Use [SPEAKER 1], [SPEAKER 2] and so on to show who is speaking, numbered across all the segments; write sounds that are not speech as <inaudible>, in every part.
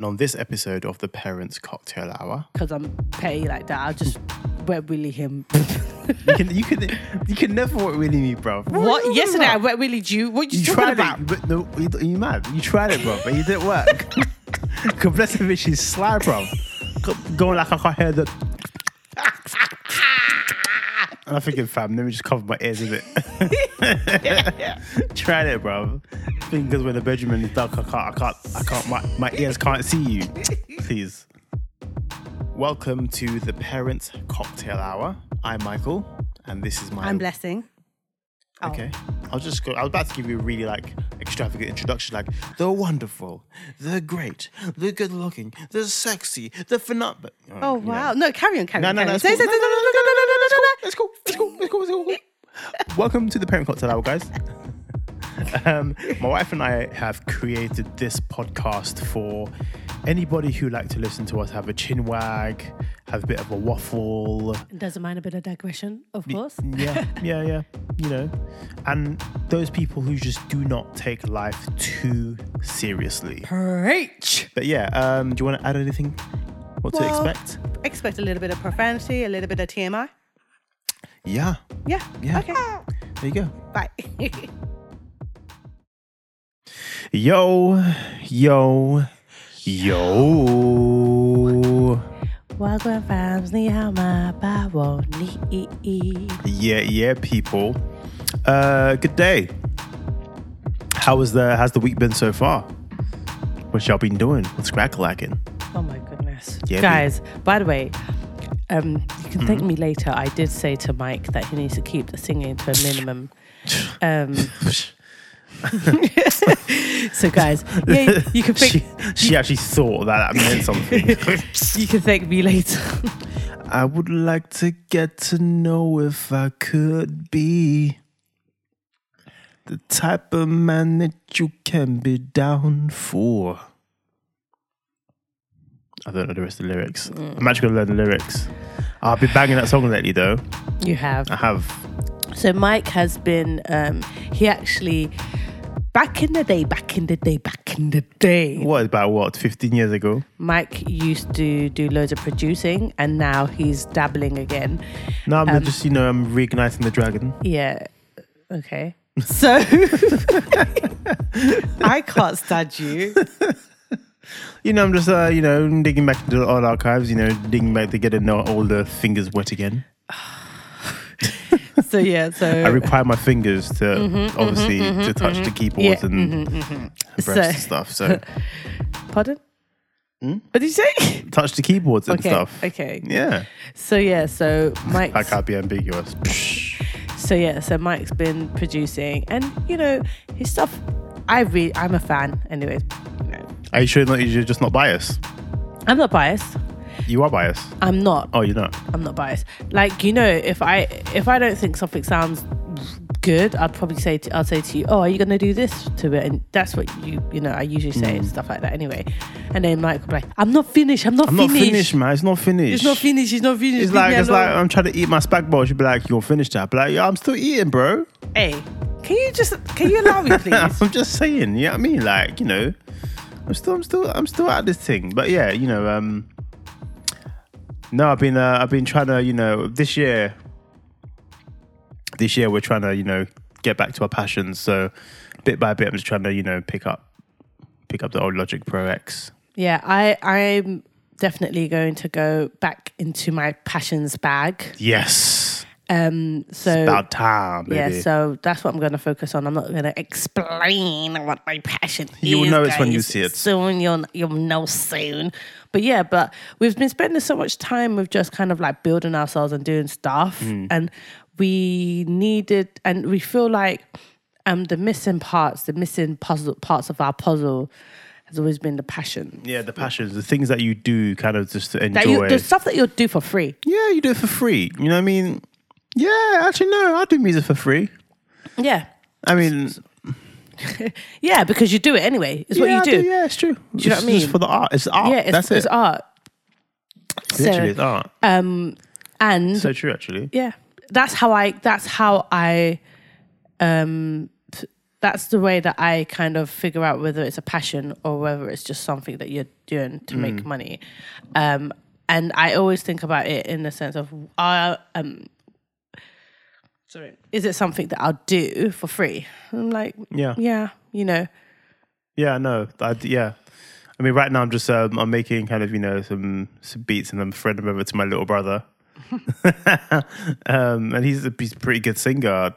[SPEAKER 1] And on this episode of the Parents Cocktail <laughs> Hour,
[SPEAKER 2] because I'm petty like that. I just wet willy him.
[SPEAKER 1] you can you can you can never work with me, bro. What? are you
[SPEAKER 2] What?
[SPEAKER 1] talking
[SPEAKER 2] Yesterday I
[SPEAKER 1] about?
[SPEAKER 2] wet willied you. What are you,
[SPEAKER 1] You
[SPEAKER 2] talking
[SPEAKER 1] tried
[SPEAKER 2] about?
[SPEAKER 1] it, but no, you, you mad. You tried it, bro, but you didn't work. <laughs> Kompletovich is sly, bro. Go- Going like I can't hear the. And I'm thinking, fam, let me just cover my ears with it. Tried it, bro. Thing because when the bedroom is dark, I can't, I can't, I can't. My, my ears can't see you. Please. Welcome to the Parents Cocktail Hour. I'm Michael, and this is my
[SPEAKER 2] I'm blessing. Oh.
[SPEAKER 1] <laughs> Okay. I'll just go. I was about to give you a really like extravagant introduction, like they're wonderful, they're great, they're good looking, they're sexy, they're phenomenal.
[SPEAKER 2] Oh wow. No, carry on, carry
[SPEAKER 1] No,
[SPEAKER 2] on.
[SPEAKER 1] no,
[SPEAKER 2] carry
[SPEAKER 1] no.
[SPEAKER 2] on.
[SPEAKER 1] It's
[SPEAKER 2] Say,
[SPEAKER 1] cool.
[SPEAKER 2] say,
[SPEAKER 1] No, no,
[SPEAKER 2] say,
[SPEAKER 1] no,
[SPEAKER 2] no, no, no, no, no, no, no.
[SPEAKER 1] Let's go. Let's go. Let's go. Let's go.
[SPEAKER 2] <laughs>
[SPEAKER 1] Welcome to the Parent Cocktail Hour, guys. <laughs> um, my wife and I have created this podcast for anybody who like to listen to us have a chin wag, have a bit of a waffle,
[SPEAKER 2] Doesn't mind a bit of digression, of course.
[SPEAKER 1] yeah, yeah, yeah. You know, and those people who just do not take life too seriously.
[SPEAKER 2] Preach.
[SPEAKER 1] But yeah, um, do you want to add anything? What to
[SPEAKER 2] Well-
[SPEAKER 1] expect?
[SPEAKER 2] Expect a little bit of profanity, a little bit of TMI.
[SPEAKER 1] Yeah,
[SPEAKER 2] Yeah.
[SPEAKER 1] Yeah. <laughs>
[SPEAKER 2] Okay.
[SPEAKER 1] there you go.
[SPEAKER 2] Bye. <laughs>
[SPEAKER 1] Yo, yo, yo.
[SPEAKER 2] Welcome fams, ni hao ma ba wo ni i i.
[SPEAKER 1] Yeah, yeah, people. Uh, good day. How was the? How's the week been so far? What y'all been doing? What's crack lacking?
[SPEAKER 2] Oh my goodness.
[SPEAKER 1] Yeah, Mm-hmm.
[SPEAKER 2] Guys, by the way, um, you can thank me later. I did say to Mike that he needs to keep the singing to a minimum.
[SPEAKER 1] <laughs>
[SPEAKER 2] Um, <laughs>
[SPEAKER 1] <laughs>
[SPEAKER 2] so, guys, yeah, you can
[SPEAKER 1] She,
[SPEAKER 2] thank,
[SPEAKER 1] she actually thought that that meant something.
[SPEAKER 2] <laughs> you can thank me later. <laughs>
[SPEAKER 1] I would like to get to know if I could be the type of man that you can be down for. I don't know the rest of the lyrics.
[SPEAKER 2] Mm.
[SPEAKER 1] I'm actually gonna learn the lyrics. I've been banging that song lately though.
[SPEAKER 2] You have.
[SPEAKER 1] I have.
[SPEAKER 2] So, Mike has been. Um, he actually. Back in the day, back in the day, back in the day,
[SPEAKER 1] What about what? 15 years ago?
[SPEAKER 2] Mike used to do loads of producing and now he's dabbling again.
[SPEAKER 1] Now I'm
[SPEAKER 2] Um,
[SPEAKER 1] just you know I'm reigniting the dragon.
[SPEAKER 2] Yeah.
[SPEAKER 1] <laughs>
[SPEAKER 2] Okay. So I can't stand you.
[SPEAKER 1] You know I'm just uh, you know digging back into the old archives. You know digging back to get to know all the fingers wet again.
[SPEAKER 2] So yeah,
[SPEAKER 1] I
[SPEAKER 2] so
[SPEAKER 1] require my fingers to
[SPEAKER 2] mm-hmm,
[SPEAKER 1] obviously to touch the keyboards
[SPEAKER 2] Yeah, mm-hmm,
[SPEAKER 1] and the breasts and
[SPEAKER 2] So-
[SPEAKER 1] stuff.
[SPEAKER 2] <laughs>
[SPEAKER 1] So
[SPEAKER 2] pardon?
[SPEAKER 1] Hmm?
[SPEAKER 2] What did you say?
[SPEAKER 1] touch the keyboards and
[SPEAKER 2] Okay,
[SPEAKER 1] stuff.
[SPEAKER 2] okay.
[SPEAKER 1] Yeah,
[SPEAKER 2] So yeah, so Mike
[SPEAKER 1] that can't be ambiguous.
[SPEAKER 2] so yeah, so Mike's been producing and you know, his stuff I re- I'm a fan anyways. You know.
[SPEAKER 1] Are you sure not? You're just not biased.
[SPEAKER 2] I'm not biased.
[SPEAKER 1] You are biased.
[SPEAKER 2] I'm not
[SPEAKER 1] Oh, you're not.
[SPEAKER 2] I'm not biased. Like you know, if I if I don't think something sounds good, I'd probably say to, I'll say to you, "Oh, are you gonna do this to it?" And that's what you you know I usually say
[SPEAKER 1] Mm.
[SPEAKER 2] and stuff like that anyway. And then Mike will be like, "I'm not finished. I'm not
[SPEAKER 1] I'm
[SPEAKER 2] finished.
[SPEAKER 1] not finished, man. It's not finished.
[SPEAKER 2] It's not finished. It's not finished.
[SPEAKER 1] It's
[SPEAKER 2] Leave
[SPEAKER 1] like
[SPEAKER 2] me
[SPEAKER 1] it's
[SPEAKER 2] alone."
[SPEAKER 1] like I'm trying to eat my spag bowl. She'd be like, "You're finished." I'd be like, "Yeah, I'm still eating, bro.
[SPEAKER 2] hey, can you just can you allow me, please?
[SPEAKER 1] <laughs> I'm just saying. You know what I mean? Like, you know, I'm still, I'm still, I'm still at this thing. But yeah, you know, um, no, I've been, uh, I've been trying to, you know, this year, this year we're trying to, you know, get back to our passions. So bit by bit, I'm just trying to, you know, pick up, pick up the old Logic Pro X.
[SPEAKER 2] yeah, I I'm definitely going to go back into my passions bag.
[SPEAKER 1] Yes,
[SPEAKER 2] Um, so
[SPEAKER 1] about time, baby.
[SPEAKER 2] Yeah, so that's what I'm going to focus on. I'm not going to explain what my passion is.
[SPEAKER 1] You'll know it's when you
[SPEAKER 2] guys.
[SPEAKER 1] see it.
[SPEAKER 2] Soon you'll you'll know soon. But yeah, but we've been spending so much time with just kind of like building ourselves and doing stuff,
[SPEAKER 1] Mm.
[SPEAKER 2] and we needed and we feel like um the missing parts, the missing puzzle parts of our puzzle has always been the passion.
[SPEAKER 1] yeah, the passions, the things that you do, kind of just to enjoy.
[SPEAKER 2] That you, the stuff that you'll do for free.
[SPEAKER 1] yeah, you do it for free. You know what I mean? Yeah, actually, no, I do music for free.
[SPEAKER 2] Yeah.
[SPEAKER 1] I mean,
[SPEAKER 2] Yeah, because you do it anyway. It's what
[SPEAKER 1] yeah,
[SPEAKER 2] you
[SPEAKER 1] I
[SPEAKER 2] do.
[SPEAKER 1] Yeah, it's true. Do you
[SPEAKER 2] know what I mean?
[SPEAKER 1] Just for the art. It's art. Uh,
[SPEAKER 2] Yeah, it's,
[SPEAKER 1] That's
[SPEAKER 2] it's
[SPEAKER 1] it.
[SPEAKER 2] art.
[SPEAKER 1] Literally,
[SPEAKER 2] So-
[SPEAKER 1] it's art.
[SPEAKER 2] Um, and
[SPEAKER 1] so true, actually.
[SPEAKER 2] yeah, that's how I. That's how I um, that's the way that I kind of figure out whether it's a passion or whether it's just something that you're doing to
[SPEAKER 1] Mm.
[SPEAKER 2] make money. Um, and I always think about it in the sense of, uh, um, sorry, is it something that I'll do for free? And I'm like,
[SPEAKER 1] Yeah.
[SPEAKER 2] yeah, you know,
[SPEAKER 1] Yeah, no, I, yeah. I mean, right now I'm just um, I'm making kind of you know some, some beats and I'm throwing them over to my little <laughs> brother, um, and he's a, he's a pretty good singer,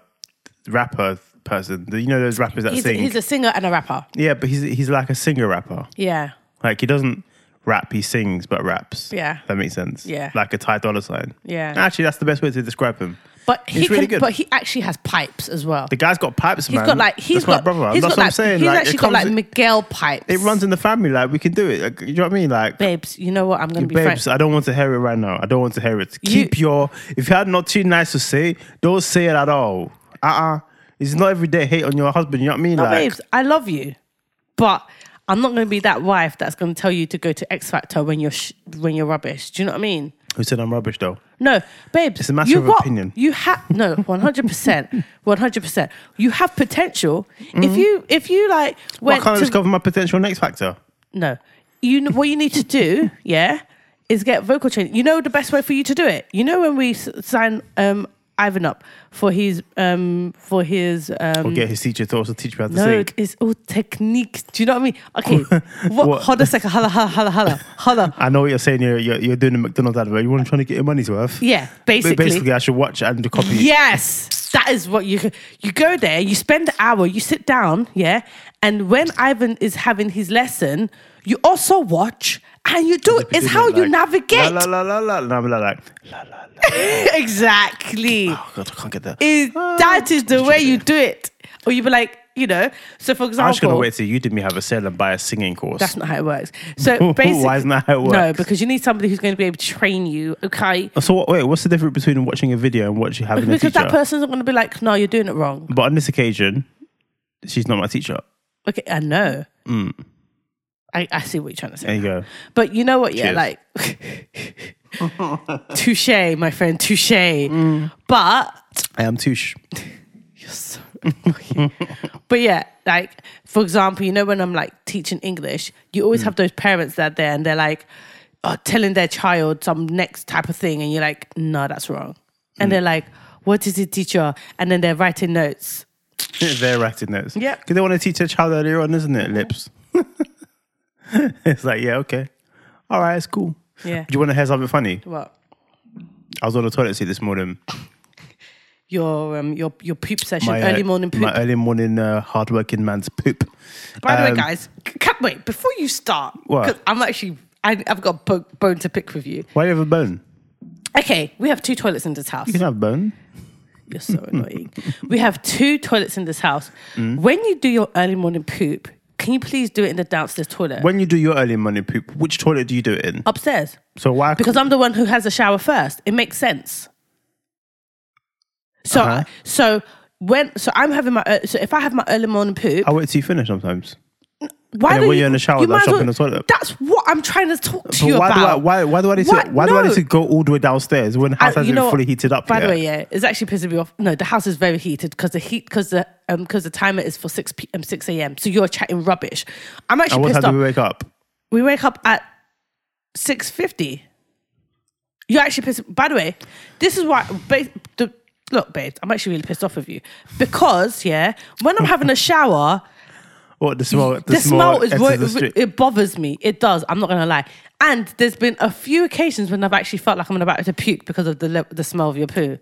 [SPEAKER 1] rapper person. You know those rappers that
[SPEAKER 2] he's,
[SPEAKER 1] sing.
[SPEAKER 2] he's a singer and a rapper.
[SPEAKER 1] yeah, but he's he's like a singer rapper.
[SPEAKER 2] Yeah,
[SPEAKER 1] Like he doesn't rap, he sings but raps.
[SPEAKER 2] Yeah.
[SPEAKER 1] that makes sense.
[SPEAKER 2] Yeah.
[SPEAKER 1] like a Ty Dolla Sign.
[SPEAKER 2] Yeah.
[SPEAKER 1] actually, that's the best way to describe him.
[SPEAKER 2] but he
[SPEAKER 1] He's really
[SPEAKER 2] can,
[SPEAKER 1] good.
[SPEAKER 2] but he actually has pipes as well.
[SPEAKER 1] The guy's got pipes,
[SPEAKER 2] He's
[SPEAKER 1] man.
[SPEAKER 2] got like he's
[SPEAKER 1] that's my
[SPEAKER 2] got
[SPEAKER 1] brother.
[SPEAKER 2] he's
[SPEAKER 1] that's what
[SPEAKER 2] got like
[SPEAKER 1] I'm saying.
[SPEAKER 2] he's
[SPEAKER 1] like,
[SPEAKER 2] actually
[SPEAKER 1] it
[SPEAKER 2] got
[SPEAKER 1] comes,
[SPEAKER 2] like Miguel pipes.
[SPEAKER 1] it runs in the family. Like we can do it. Like, you know what I mean? Like
[SPEAKER 2] babes. You know what? I'm gonna be frank.
[SPEAKER 1] Babes, I don't want to hear it right now. I don't want to hear it. Keep your. If you had not too nice to say, don't say it at all. Uh uh It's not every day hate on your husband. You know what I mean?
[SPEAKER 2] No,
[SPEAKER 1] like,
[SPEAKER 2] babes, I love you, but I'm not going to be that wife that's going to tell you to go to X Factor when you're sh- when you're rubbish. Do you know what I mean?
[SPEAKER 1] Who said I'm rubbish though?
[SPEAKER 2] No, babes.
[SPEAKER 1] It's a matter
[SPEAKER 2] you
[SPEAKER 1] of
[SPEAKER 2] got-
[SPEAKER 1] opinion.
[SPEAKER 2] You have no 100, percent 100. percent You have potential.
[SPEAKER 1] Mm-hmm.
[SPEAKER 2] If you if you like
[SPEAKER 1] Why
[SPEAKER 2] went
[SPEAKER 1] can't I
[SPEAKER 2] to
[SPEAKER 1] discover my potential next factor?
[SPEAKER 2] no, you kn- what you need to do, yeah, is get vocal training. You know the best way for you to do it. You know when we s- sign um, Ivan up for his um, for his um,
[SPEAKER 1] Or get his teacher to also teach me how to
[SPEAKER 2] No,
[SPEAKER 1] sing.
[SPEAKER 2] it's all techniques. Do you know what I mean?
[SPEAKER 1] <laughs>
[SPEAKER 2] Okay, what,
[SPEAKER 1] What?
[SPEAKER 2] hold a second. Holla, holla, holla, holla, holla.
[SPEAKER 1] <laughs> I know what you're saying. You're, you're, you're doing a McDonald's advert. You want to try to get your money's worth.
[SPEAKER 2] Yeah,
[SPEAKER 1] But
[SPEAKER 2] basically.
[SPEAKER 1] basically, I should watch and copy.
[SPEAKER 2] Yes, that is what you you go there. You spend the hour. You sit down. Yeah, and when Ivan is having his lesson, you also watch and you do it. It's how you
[SPEAKER 1] Like,
[SPEAKER 2] navigate.
[SPEAKER 1] La la la la la. And I'm like,
[SPEAKER 2] <laughs>
[SPEAKER 1] <laughs>
[SPEAKER 2] exactly.
[SPEAKER 1] oh god, I can't get that.
[SPEAKER 2] Is that is the way you do it, or you be like, you know. So for example,
[SPEAKER 1] I'm just gonna wait till you did me have a sale and buy a singing course.
[SPEAKER 2] That's not how it works. So
[SPEAKER 1] <laughs> Why
[SPEAKER 2] basically,
[SPEAKER 1] isn't that how it
[SPEAKER 2] No,
[SPEAKER 1] works?
[SPEAKER 2] because you need somebody who's going to be able to train you. Okay,
[SPEAKER 1] so what, wait, what's the difference between watching a video and watching having a
[SPEAKER 2] because
[SPEAKER 1] teacher?
[SPEAKER 2] that person's not going to be like, no, you're doing it wrong.
[SPEAKER 1] But on this occasion, she's not my teacher.
[SPEAKER 2] Okay, I know.
[SPEAKER 1] Mm.
[SPEAKER 2] I, I see what you're trying to
[SPEAKER 1] There
[SPEAKER 2] say,
[SPEAKER 1] you go.
[SPEAKER 2] but you know what? Yeah,
[SPEAKER 1] Eh, Cheers.
[SPEAKER 2] like <laughs> touche, my friend, touche.
[SPEAKER 1] Mm.
[SPEAKER 2] But
[SPEAKER 1] I am Touche.
[SPEAKER 2] But yeah, like for example, you know when I'm like teaching English, you
[SPEAKER 1] Mm.
[SPEAKER 2] always have those parents that are there and they're like oh, telling their child some next type of thing, and you're like, no, that's wrong.
[SPEAKER 1] Mm.
[SPEAKER 2] And they're like, what is it, teacher? And then they're
[SPEAKER 1] <laughs>
[SPEAKER 2] writing notes.
[SPEAKER 1] <laughs> They're writing notes.
[SPEAKER 2] Yep.
[SPEAKER 1] Because they want to teach their child earlier on, isn't it? Lips. <laughs> it's like, yeah, okay. All right, it's cool.
[SPEAKER 2] Yeah.
[SPEAKER 1] Do you want to hear something funny?
[SPEAKER 2] What?
[SPEAKER 1] I was on the toilet seat this morning.
[SPEAKER 2] Your um your your poop session,
[SPEAKER 1] My, uh,
[SPEAKER 2] early morning poop.
[SPEAKER 1] My early morning uh, hardworking man's poop.
[SPEAKER 2] By the way,
[SPEAKER 1] um,
[SPEAKER 2] guys, c- can't wait before you start.
[SPEAKER 1] What?
[SPEAKER 2] 'cause I'm actually. I, I've got a bo- bone to pick with you.
[SPEAKER 1] Why do you have a bone?
[SPEAKER 2] Okay, we have two toilets in this house.
[SPEAKER 1] You can have a bone.
[SPEAKER 2] You're so annoying. we have two toilets in this house.
[SPEAKER 1] Mm.
[SPEAKER 2] When you do your early morning poop, can you please do it in the downstairs toilet?
[SPEAKER 1] When you do your early morning poop, which toilet do you do it in?
[SPEAKER 2] Upstairs.
[SPEAKER 1] So why?
[SPEAKER 2] Uh, Because I'm the one who has a shower first. It makes sense. So,
[SPEAKER 1] Uh-huh.
[SPEAKER 2] so when so I'm having my ear- so if I have my early morning poop,
[SPEAKER 1] I wait till you finish sometimes.
[SPEAKER 2] why
[SPEAKER 1] then
[SPEAKER 2] do
[SPEAKER 1] when
[SPEAKER 2] you
[SPEAKER 1] you're in the shower,
[SPEAKER 2] you
[SPEAKER 1] they'll
[SPEAKER 2] might as
[SPEAKER 1] shop in the toilet.
[SPEAKER 2] That's what I'm trying to talk to you
[SPEAKER 1] But why
[SPEAKER 2] about.
[SPEAKER 1] do I? Why, why do I need to?
[SPEAKER 2] Why-
[SPEAKER 1] Why do I
[SPEAKER 2] no.
[SPEAKER 1] need to go all the way downstairs when the house
[SPEAKER 2] I-
[SPEAKER 1] hasn't
[SPEAKER 2] what?
[SPEAKER 1] fully heated up
[SPEAKER 2] By
[SPEAKER 1] yet?
[SPEAKER 2] the way, yeah, it's actually pissing me off. No, the house is very heated because the heat because the um because the timer is for six p.m. six a.m. So you're chatting rubbish. I'm actually
[SPEAKER 1] and what
[SPEAKER 2] pissed
[SPEAKER 1] time
[SPEAKER 2] off.
[SPEAKER 1] do we wake up?
[SPEAKER 2] We wake up at six fifty. You're actually pissed. By the way, this is why. Ba- the, look, babe, I'm actually really pissed off with you because yeah, when I'm having a shower,
[SPEAKER 1] What the smell? The,
[SPEAKER 2] the, smell, is
[SPEAKER 1] enters
[SPEAKER 2] ro-
[SPEAKER 1] the street.
[SPEAKER 2] it bothers me. It does. I'm not gonna lie. And there's been a few occasions when I've actually felt like I'm about to puke because of the le- the smell of your poo.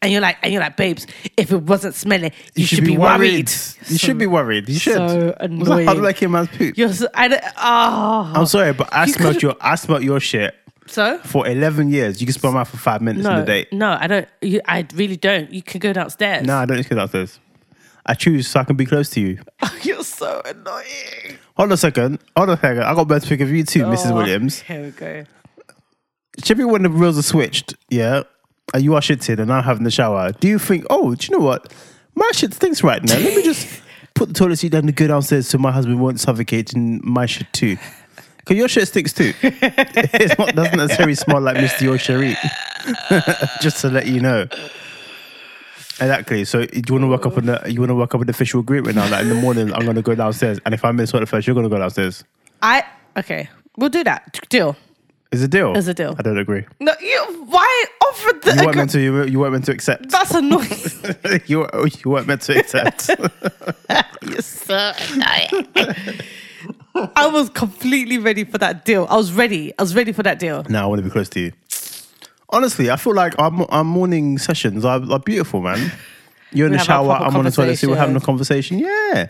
[SPEAKER 2] And you're like, and you're like, babes, if it wasn't smelling, you, should, be worried.
[SPEAKER 1] You should be worried. You should. <laughs>
[SPEAKER 2] so
[SPEAKER 1] Was that
[SPEAKER 2] annoying.
[SPEAKER 1] hardworking man's poop?
[SPEAKER 2] You're so, I don't, oh.
[SPEAKER 1] I'm sorry, but I
[SPEAKER 2] You
[SPEAKER 1] smelled
[SPEAKER 2] could've-
[SPEAKER 1] your I smelled your shit
[SPEAKER 2] so
[SPEAKER 1] for 11 years. You can smell mine for five minutes in
[SPEAKER 2] no,
[SPEAKER 1] a day.
[SPEAKER 2] no, I don't. You, I really don't. You can go downstairs.
[SPEAKER 1] No, I don't need to that this. I choose so I can be close to you.
[SPEAKER 2] <laughs> you're so annoying.
[SPEAKER 1] Hold on a second. Hold on a second. I got better to pick of you too, Mrs.
[SPEAKER 2] Oh,
[SPEAKER 1] Williams.
[SPEAKER 2] Here we go.
[SPEAKER 1] Should be when the rules are switched, yeah, and you are shitting and I'm having the shower, do you think, oh, do you know what? My shit stinks right now. Let me just put the toilet seat down and go downstairs so my husband won't suffocate in my shit too. Because your shit stinks too. it doesn't <laughs> necessarily smell like Mr. Your Cherie. just to let you know. Exactly. So do you want to work up an you want to work up an official agreement now that in the morning I'm going to go downstairs, and if I miss work first, you're going to go downstairs.
[SPEAKER 2] I okay. We'll do that. Deal.
[SPEAKER 1] Is a deal.
[SPEAKER 2] It's a deal.
[SPEAKER 1] I don't
[SPEAKER 2] <laughs>
[SPEAKER 1] agree.
[SPEAKER 2] No, you. Why offer
[SPEAKER 1] You
[SPEAKER 2] the?
[SPEAKER 1] weren't
[SPEAKER 2] agree-
[SPEAKER 1] meant to. You, were- you weren't meant to accept.
[SPEAKER 2] <laughs> That's annoying.
[SPEAKER 1] <laughs> you, were- you weren't meant to
[SPEAKER 2] <laughs>
[SPEAKER 1] accept. <laughs>
[SPEAKER 2] You're so annoying. I was completely ready for that deal. I was ready. I was ready for that deal.
[SPEAKER 1] no, I want to be close to you. Honestly, I feel like our, mo- our morning sessions are, are beautiful,
[SPEAKER 2] <laughs>
[SPEAKER 1] man. You're in
[SPEAKER 2] We
[SPEAKER 1] the
[SPEAKER 2] have our
[SPEAKER 1] shower.
[SPEAKER 2] proper
[SPEAKER 1] I'm on the toilet. See, we're having a conversation. Yeah.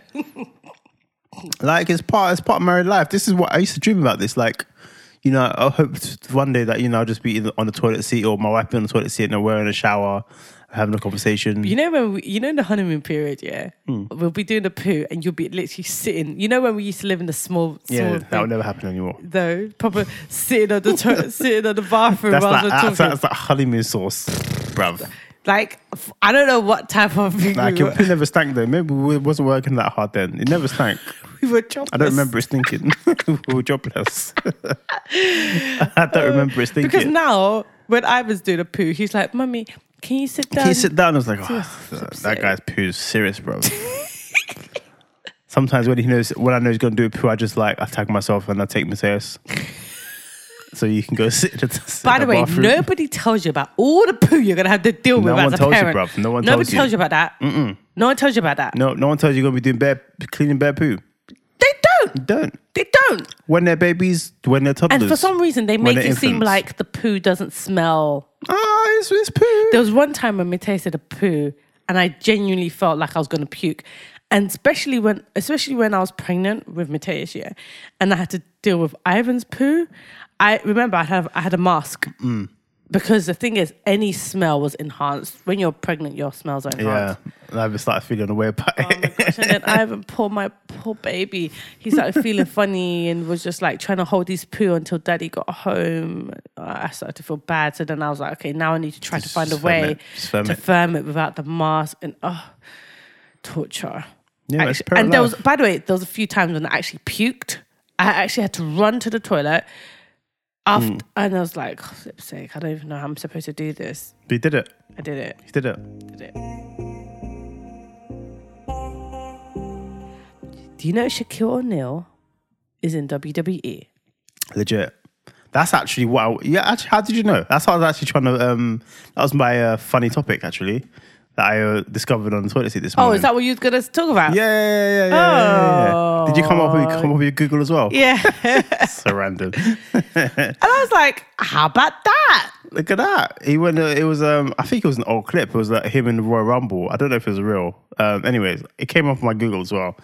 [SPEAKER 2] <laughs>
[SPEAKER 1] like it's part. It's part of married life. This is what I used to dream about. This like. You know, I hope one day that you know I'll just be in, on the toilet seat or my wife be on the toilet seat and we're in a shower, having a conversation.
[SPEAKER 2] You know when we, you know in the honeymoon period, yeah,
[SPEAKER 1] Hmm.
[SPEAKER 2] we'll be doing the poo and you'll be literally sitting. You know when we used to live in the small, small
[SPEAKER 1] yeah, that
[SPEAKER 2] thing?
[SPEAKER 1] would never happen anymore.
[SPEAKER 2] though, proper sitting on
[SPEAKER 1] <laughs>
[SPEAKER 2] the to- sitting on the bathroom
[SPEAKER 1] That's
[SPEAKER 2] rather
[SPEAKER 1] like
[SPEAKER 2] than
[SPEAKER 1] that's,
[SPEAKER 2] talking.
[SPEAKER 1] that's like honeymoon sauce, bruv.
[SPEAKER 2] like f- I don't know what type of thing
[SPEAKER 1] Like
[SPEAKER 2] we,
[SPEAKER 1] it
[SPEAKER 2] were,
[SPEAKER 1] never stank though. Maybe it wasn't working that hard then. It never stank.
[SPEAKER 2] we were
[SPEAKER 1] I don't remember it stinking. <laughs> we were jobless. <laughs> I don't remember it stinking.
[SPEAKER 2] because now when I was doing a poo, he's like, "Mummy, can you sit down?"
[SPEAKER 1] Can you sit down? I was like, oh, that
[SPEAKER 2] upsetting.
[SPEAKER 1] guy's poo's serious, bro.
[SPEAKER 2] <laughs>
[SPEAKER 1] Sometimes when he knows, when I know he's gonna do a poo, I just like I tag myself and I take my
[SPEAKER 2] <laughs>
[SPEAKER 1] serious. so you can go <laughs> sit. in the- sit
[SPEAKER 2] By
[SPEAKER 1] in
[SPEAKER 2] the way,
[SPEAKER 1] bathroom.
[SPEAKER 2] nobody tells you about all the poo you're gonna have to deal with
[SPEAKER 1] No
[SPEAKER 2] as
[SPEAKER 1] one
[SPEAKER 2] a
[SPEAKER 1] tells you,
[SPEAKER 2] parent.
[SPEAKER 1] bruv. No one
[SPEAKER 2] Nobody
[SPEAKER 1] tells you.
[SPEAKER 2] about that. Mm-mm. No one tells you about that.
[SPEAKER 1] no, no one tells you you're gonna be doing bad, cleaning bad poo.
[SPEAKER 2] They don't.
[SPEAKER 1] Don't
[SPEAKER 2] They don't.
[SPEAKER 1] when they're babies, when they're toddlers.
[SPEAKER 2] And for some reason, they
[SPEAKER 1] When
[SPEAKER 2] make it
[SPEAKER 1] they're
[SPEAKER 2] seem
[SPEAKER 1] infants.
[SPEAKER 2] like the poo doesn't smell.
[SPEAKER 1] ah, it's, it's poo.
[SPEAKER 2] There was one time when we tasted a poo, and I genuinely felt like I was gonna puke. And especially when, especially when I was pregnant with Mateus, yeah, and I had to deal with Ivan's poo. I remember I had I had a mask
[SPEAKER 1] Mm.
[SPEAKER 2] because the thing is, any smell was enhanced when you're pregnant. Your smells are enhanced.
[SPEAKER 1] Yeah, and I just started feeling away about
[SPEAKER 2] Oh my
[SPEAKER 1] it.
[SPEAKER 2] gosh, and then Ivan, poor my poor baby, he started feeling funny and was just like trying to hold his poo until daddy got home. Uh, I started to feel bad. So then I was like, okay, now Oh, I need to try
[SPEAKER 1] <laughs>
[SPEAKER 2] to
[SPEAKER 1] Just
[SPEAKER 2] find a
[SPEAKER 1] firm
[SPEAKER 2] way
[SPEAKER 1] it. Just firm
[SPEAKER 2] to
[SPEAKER 1] it.
[SPEAKER 2] firm it without the mask and oh, torture.
[SPEAKER 1] Yeah, it's
[SPEAKER 2] Actually- and there was,
[SPEAKER 1] life.
[SPEAKER 2] by the way, there was a few times when I actually puked. I actually had to run to the toilet. After,
[SPEAKER 1] Hmm.
[SPEAKER 2] And I was like, oh, flip's sake, I don't even know how I'm supposed to do this.
[SPEAKER 1] We did it.
[SPEAKER 2] I did it.
[SPEAKER 1] He did it.
[SPEAKER 2] Did it. Do you know Shaquille O'Neal is in E? WWE?
[SPEAKER 1] Legit. That's actually what. I, yeah. Actually, how did you know? That's what I was actually trying to. Um, that was my uh, funny topic actually that I uh, discovered on the toilet seat this
[SPEAKER 2] Oh,
[SPEAKER 1] morning.
[SPEAKER 2] is that what you was gonna talk about?
[SPEAKER 1] Yeah, yeah, yeah, yeah, yeah, yeah, yeah. Did you come up with come up with your Google as well?
[SPEAKER 2] Yeah. <laughs> and
[SPEAKER 1] So random.
[SPEAKER 2] I was like, how about that?
[SPEAKER 1] Look at that. He went. Uh, it was. Um, I think it was an old clip. It was like him in the Royal Rumble. I don't know if it was real. Um, anyways, it came up on my Google as well,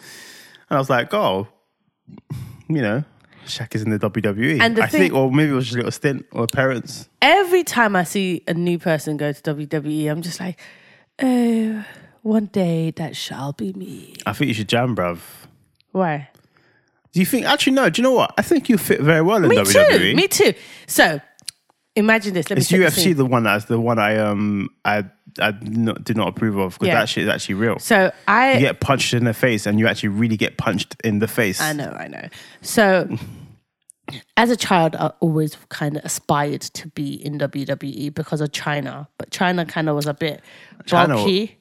[SPEAKER 1] and I was like, oh, you know, Shaq is in the WWE.
[SPEAKER 2] And the
[SPEAKER 1] I
[SPEAKER 2] thing-
[SPEAKER 1] think, or maybe it was just a little stint or parents.
[SPEAKER 2] Every time I see a new person go to WWE, I'm just like, oh, one day that shall be me.
[SPEAKER 1] I think you should jam, bruv.
[SPEAKER 2] Why?
[SPEAKER 1] Do you think? Actually, no. Do you know what? I think you fit very well in
[SPEAKER 2] Me
[SPEAKER 1] WWE.
[SPEAKER 2] too. Me too. So imagine this. Let
[SPEAKER 1] E? it's
[SPEAKER 2] me set the
[SPEAKER 1] UFC
[SPEAKER 2] scene.
[SPEAKER 1] the one that's the one I um I I not, do not approve of because
[SPEAKER 2] Yeah.
[SPEAKER 1] that shit is actually real.
[SPEAKER 2] So I
[SPEAKER 1] you get punched in the face and you actually really get punched in the face.
[SPEAKER 2] I know, I know. So, as a child, I always kind of aspired to be in WWE because of China, but China kind of was a bit
[SPEAKER 1] China-
[SPEAKER 2] bulky,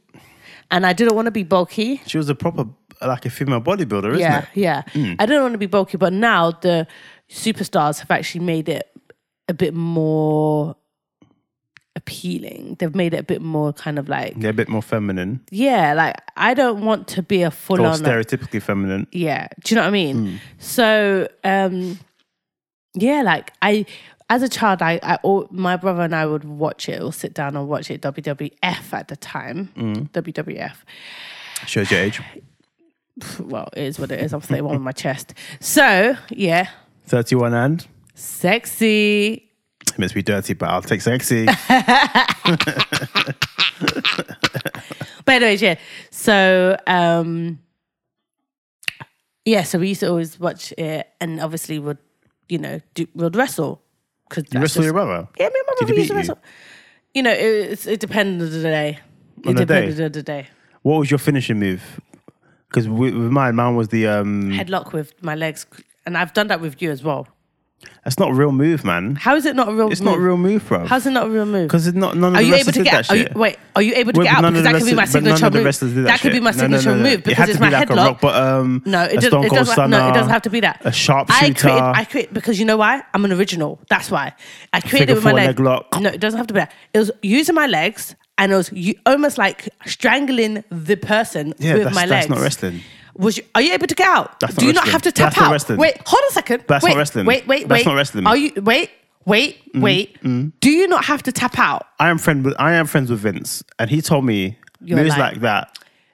[SPEAKER 2] and I didn't want to be bulky.
[SPEAKER 1] She was a proper like a female bodybuilder, isn't
[SPEAKER 2] yeah,
[SPEAKER 1] it? Mm.
[SPEAKER 2] yeah. I didn't want to be bulky, but now the superstars have actually made it a bit more appealing. They've made it a bit more kind of like,
[SPEAKER 1] They're a bit more feminine,
[SPEAKER 2] yeah, like I don't want to be a full
[SPEAKER 1] or
[SPEAKER 2] on
[SPEAKER 1] stereotypically feminine.
[SPEAKER 2] Yeah. Do you know what I mean?
[SPEAKER 1] Mm.
[SPEAKER 2] So, um, yeah, like I, as a child, I, I, all, my brother and I would watch it or sit down and watch it WWF at the time.
[SPEAKER 1] Mm.
[SPEAKER 2] WWF.
[SPEAKER 1] Shows your age.
[SPEAKER 2] Well, it is what it is. I'm 31
[SPEAKER 1] <laughs>
[SPEAKER 2] with my chest. So, yeah,
[SPEAKER 1] Thirty-one and
[SPEAKER 2] sexy.
[SPEAKER 1] it must be dirty, but I'll take
[SPEAKER 2] <laughs>
[SPEAKER 1] sexy.
[SPEAKER 2] But anyways, yeah. So, um, yeah, so we used to always watch it and obviously would, you know, do, would wrestle. Cause
[SPEAKER 1] you
[SPEAKER 2] that's
[SPEAKER 1] wrestle your
[SPEAKER 2] just-
[SPEAKER 1] brother.
[SPEAKER 2] Yeah, me and my
[SPEAKER 1] Did he
[SPEAKER 2] brother used
[SPEAKER 1] beat
[SPEAKER 2] to
[SPEAKER 1] you?
[SPEAKER 2] wrestle. You know, it, it's- it depended on the day. It
[SPEAKER 1] On the day?
[SPEAKER 2] depended on the day.
[SPEAKER 1] What was your finishing move? Because with with mine, mine was the um.
[SPEAKER 2] Headlock with my legs, and I've done that with you as well.
[SPEAKER 1] That's not a real move, man.
[SPEAKER 2] How is it not a real?
[SPEAKER 1] It's
[SPEAKER 2] move?
[SPEAKER 1] not a real move, bro.
[SPEAKER 2] How's it not a real move?
[SPEAKER 1] Because it's not none of
[SPEAKER 2] Hmm. Are
[SPEAKER 1] the
[SPEAKER 2] you able
[SPEAKER 1] wrestlers
[SPEAKER 2] to
[SPEAKER 1] did that
[SPEAKER 2] get? Are you,
[SPEAKER 1] shit.
[SPEAKER 2] wait, are you able to
[SPEAKER 1] Well,
[SPEAKER 2] get
[SPEAKER 1] but
[SPEAKER 2] out?
[SPEAKER 1] none of
[SPEAKER 2] Because
[SPEAKER 1] the
[SPEAKER 2] that could be my
[SPEAKER 1] wrestlers- but none
[SPEAKER 2] signature
[SPEAKER 1] of the
[SPEAKER 2] move.
[SPEAKER 1] wrestlers did that
[SPEAKER 2] could be
[SPEAKER 1] shit.
[SPEAKER 2] my
[SPEAKER 1] No, no, no,
[SPEAKER 2] signature
[SPEAKER 1] no.
[SPEAKER 2] move
[SPEAKER 1] It
[SPEAKER 2] because
[SPEAKER 1] had
[SPEAKER 2] it's
[SPEAKER 1] to be
[SPEAKER 2] my
[SPEAKER 1] like a
[SPEAKER 2] headlock.
[SPEAKER 1] rock bottom, um,
[SPEAKER 2] no, it
[SPEAKER 1] a
[SPEAKER 2] does,
[SPEAKER 1] Stone
[SPEAKER 2] it
[SPEAKER 1] Cold
[SPEAKER 2] does like, no, it
[SPEAKER 1] Stunner,
[SPEAKER 2] doesn't have to be that.
[SPEAKER 1] a sharpshooter.
[SPEAKER 2] I created, I create because you know why? I'm an original. That's why I
[SPEAKER 1] Figure
[SPEAKER 2] created it with my
[SPEAKER 1] four leg
[SPEAKER 2] leg.
[SPEAKER 1] lock.
[SPEAKER 2] No, it doesn't have to be that. It was using my legs and it was you, almost like strangling the person
[SPEAKER 1] Yeah,
[SPEAKER 2] with
[SPEAKER 1] that's-
[SPEAKER 2] my legs.
[SPEAKER 1] that's not wrestling.
[SPEAKER 2] Was you, are you able to get out?
[SPEAKER 1] That's
[SPEAKER 2] Do
[SPEAKER 1] not
[SPEAKER 2] you not
[SPEAKER 1] wrestling.
[SPEAKER 2] have to tap
[SPEAKER 1] That's not
[SPEAKER 2] out?
[SPEAKER 1] wrestling.
[SPEAKER 2] Wait, hold a second.
[SPEAKER 1] That's not
[SPEAKER 2] wait,
[SPEAKER 1] wrestling.
[SPEAKER 2] Wait, wait, wait.
[SPEAKER 1] That's not Mm, wrestling.
[SPEAKER 2] Are you wait, wait, wait? Do you not have to tap out?
[SPEAKER 1] I am friend with I am friends with Vince, and he told me
[SPEAKER 2] You're
[SPEAKER 1] moves
[SPEAKER 2] lying.
[SPEAKER 1] like that.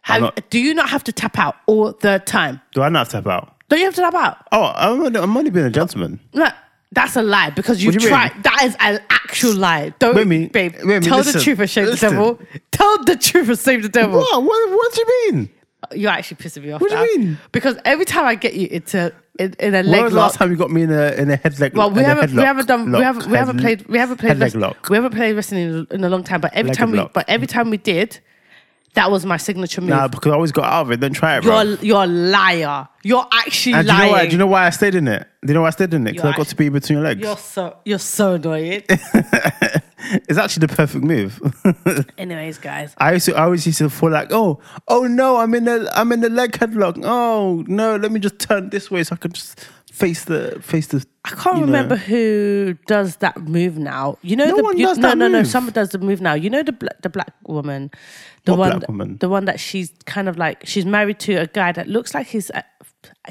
[SPEAKER 2] Have-
[SPEAKER 1] I'm not,
[SPEAKER 2] do you not have to tap out all the time?
[SPEAKER 1] do I not tap out?
[SPEAKER 2] Don't you have to tap out?
[SPEAKER 1] Oh, I'm, only- I'm only being a gentleman.
[SPEAKER 2] No, that's a lie because you
[SPEAKER 1] do you
[SPEAKER 2] tried.
[SPEAKER 1] mean?
[SPEAKER 2] That is an actual lie. Don't,
[SPEAKER 1] Remy,
[SPEAKER 2] babe.
[SPEAKER 1] Remy,
[SPEAKER 2] tell the
[SPEAKER 1] listen,
[SPEAKER 2] truth and shame
[SPEAKER 1] listen.
[SPEAKER 2] the devil. Tell the truth and save the devil.
[SPEAKER 1] What? What, what do you mean?
[SPEAKER 2] You're actually pissing me off.
[SPEAKER 1] What do you
[SPEAKER 2] now.
[SPEAKER 1] mean?
[SPEAKER 2] Because every time I get you into in, in a
[SPEAKER 1] When
[SPEAKER 2] leg
[SPEAKER 1] was the last
[SPEAKER 2] lock.
[SPEAKER 1] time you got me in a in a head leg?
[SPEAKER 2] Well, we
[SPEAKER 1] in a
[SPEAKER 2] haven't, we
[SPEAKER 1] headlock?
[SPEAKER 2] haven't done,
[SPEAKER 1] Lock.
[SPEAKER 2] we haven't, we haven't
[SPEAKER 1] Head-
[SPEAKER 2] played, we haven't played,
[SPEAKER 1] head leg
[SPEAKER 2] wrestling-
[SPEAKER 1] lock.
[SPEAKER 2] we haven't played wrestling in, in a long time. But every
[SPEAKER 1] Leg
[SPEAKER 2] time we,
[SPEAKER 1] lock.
[SPEAKER 2] but every time we did, that was my signature move.
[SPEAKER 1] Nah, because I always got out of it. Don't try it, bro.
[SPEAKER 2] you're, you're a liar. You're actually
[SPEAKER 1] And do you
[SPEAKER 2] lying.
[SPEAKER 1] know why? Do you know why I stayed in it? Do you know why I stayed in it? Because
[SPEAKER 2] You're
[SPEAKER 1] I got to be between your legs.
[SPEAKER 2] You're so you're so
[SPEAKER 1] <laughs>
[SPEAKER 2] annoying.
[SPEAKER 1] It's actually the perfect move. <laughs>
[SPEAKER 2] Anyways, guys,
[SPEAKER 1] I used to, I always used to feel like, oh, oh no, I'm in the, I'm in the leg headlock. Oh no, let me just turn this way so I can just face the, face the.
[SPEAKER 2] I can't
[SPEAKER 1] you know.
[SPEAKER 2] remember who does that move now. You know,
[SPEAKER 1] No
[SPEAKER 2] the,
[SPEAKER 1] one
[SPEAKER 2] you-
[SPEAKER 1] does
[SPEAKER 2] no,
[SPEAKER 1] that
[SPEAKER 2] no, no.
[SPEAKER 1] move.
[SPEAKER 2] Someone does the move now. You know the bla- the black woman, the
[SPEAKER 1] What
[SPEAKER 2] one,
[SPEAKER 1] black woman?
[SPEAKER 2] the one that she's kind of like she's married to a guy that looks like he's uh,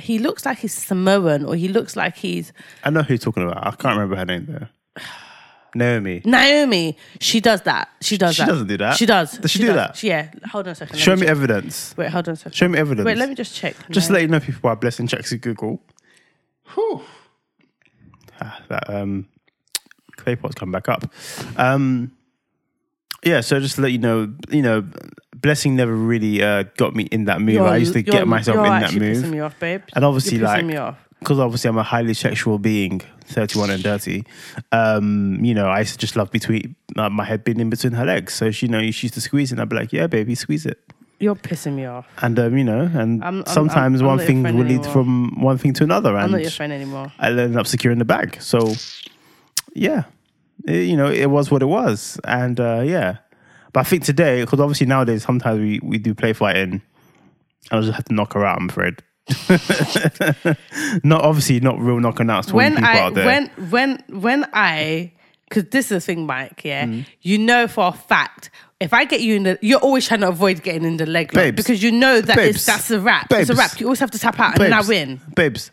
[SPEAKER 2] he looks like he's Samoan or he looks like he's
[SPEAKER 1] I know who you're talking about. I can't remember her name though. <sighs> Naomi.
[SPEAKER 2] Naomi. She does that. She does.
[SPEAKER 1] She
[SPEAKER 2] that.
[SPEAKER 1] doesn't do that.
[SPEAKER 2] She does.
[SPEAKER 1] Does she do that?
[SPEAKER 2] Yeah. Hold on a second. let
[SPEAKER 1] Show
[SPEAKER 2] me
[SPEAKER 1] me
[SPEAKER 2] check.
[SPEAKER 1] evidence.
[SPEAKER 2] Wait. Hold on a second.
[SPEAKER 1] Show me evidence.
[SPEAKER 2] Wait. Let me just check.
[SPEAKER 1] Just to
[SPEAKER 2] No.
[SPEAKER 1] let you know, people are blessing checks at Google. Ah, that um, clay pot's come back up. Um, yeah, so just to let you know, you know, blessing never really uh, got me in that move.
[SPEAKER 2] You're-
[SPEAKER 1] I used to
[SPEAKER 2] you're-
[SPEAKER 1] get myself
[SPEAKER 2] you're
[SPEAKER 1] in that
[SPEAKER 2] actually
[SPEAKER 1] move.
[SPEAKER 2] Pissing me off, babe.
[SPEAKER 1] And obviously,
[SPEAKER 2] you're pissing
[SPEAKER 1] like-
[SPEAKER 2] me off.
[SPEAKER 1] because obviously I'm a highly sexual being, 31 and dirty. Um, you know, I used to just love between uh, my head being in between her legs. So she, you know, she used to squeeze it, and I'd be like, "Yeah, baby, squeeze it."
[SPEAKER 2] You're pissing me off.
[SPEAKER 1] And um, you know, and
[SPEAKER 2] I'm- I'm-
[SPEAKER 1] sometimes
[SPEAKER 2] I'm- I'm
[SPEAKER 1] one
[SPEAKER 2] not your
[SPEAKER 1] thing will
[SPEAKER 2] friend
[SPEAKER 1] lead
[SPEAKER 2] anymore.
[SPEAKER 1] from one thing to another,
[SPEAKER 2] I'm not your
[SPEAKER 1] and
[SPEAKER 2] friend anymore.
[SPEAKER 1] I ended up securing the bag. So, yeah, It- you know, it was what it was, and uh, yeah. But I think today, because obviously nowadays sometimes we we do play fighting, I just have to knock her out. I'm afraid. <laughs> not obviously not real knocking outs to all you
[SPEAKER 2] When
[SPEAKER 1] people
[SPEAKER 2] I
[SPEAKER 1] out there.
[SPEAKER 2] when when when I because this is the thing, Mike. Yeah,
[SPEAKER 1] Mm.
[SPEAKER 2] you know for a fact. If I get you in the, you're always trying to avoid getting in the leg lock
[SPEAKER 1] Babes.
[SPEAKER 2] because you know that
[SPEAKER 1] Babes.
[SPEAKER 2] it's, that's a wrap. It's a
[SPEAKER 1] Babes.
[SPEAKER 2] wrap. You always have to tap out, and then I win.
[SPEAKER 1] Babes,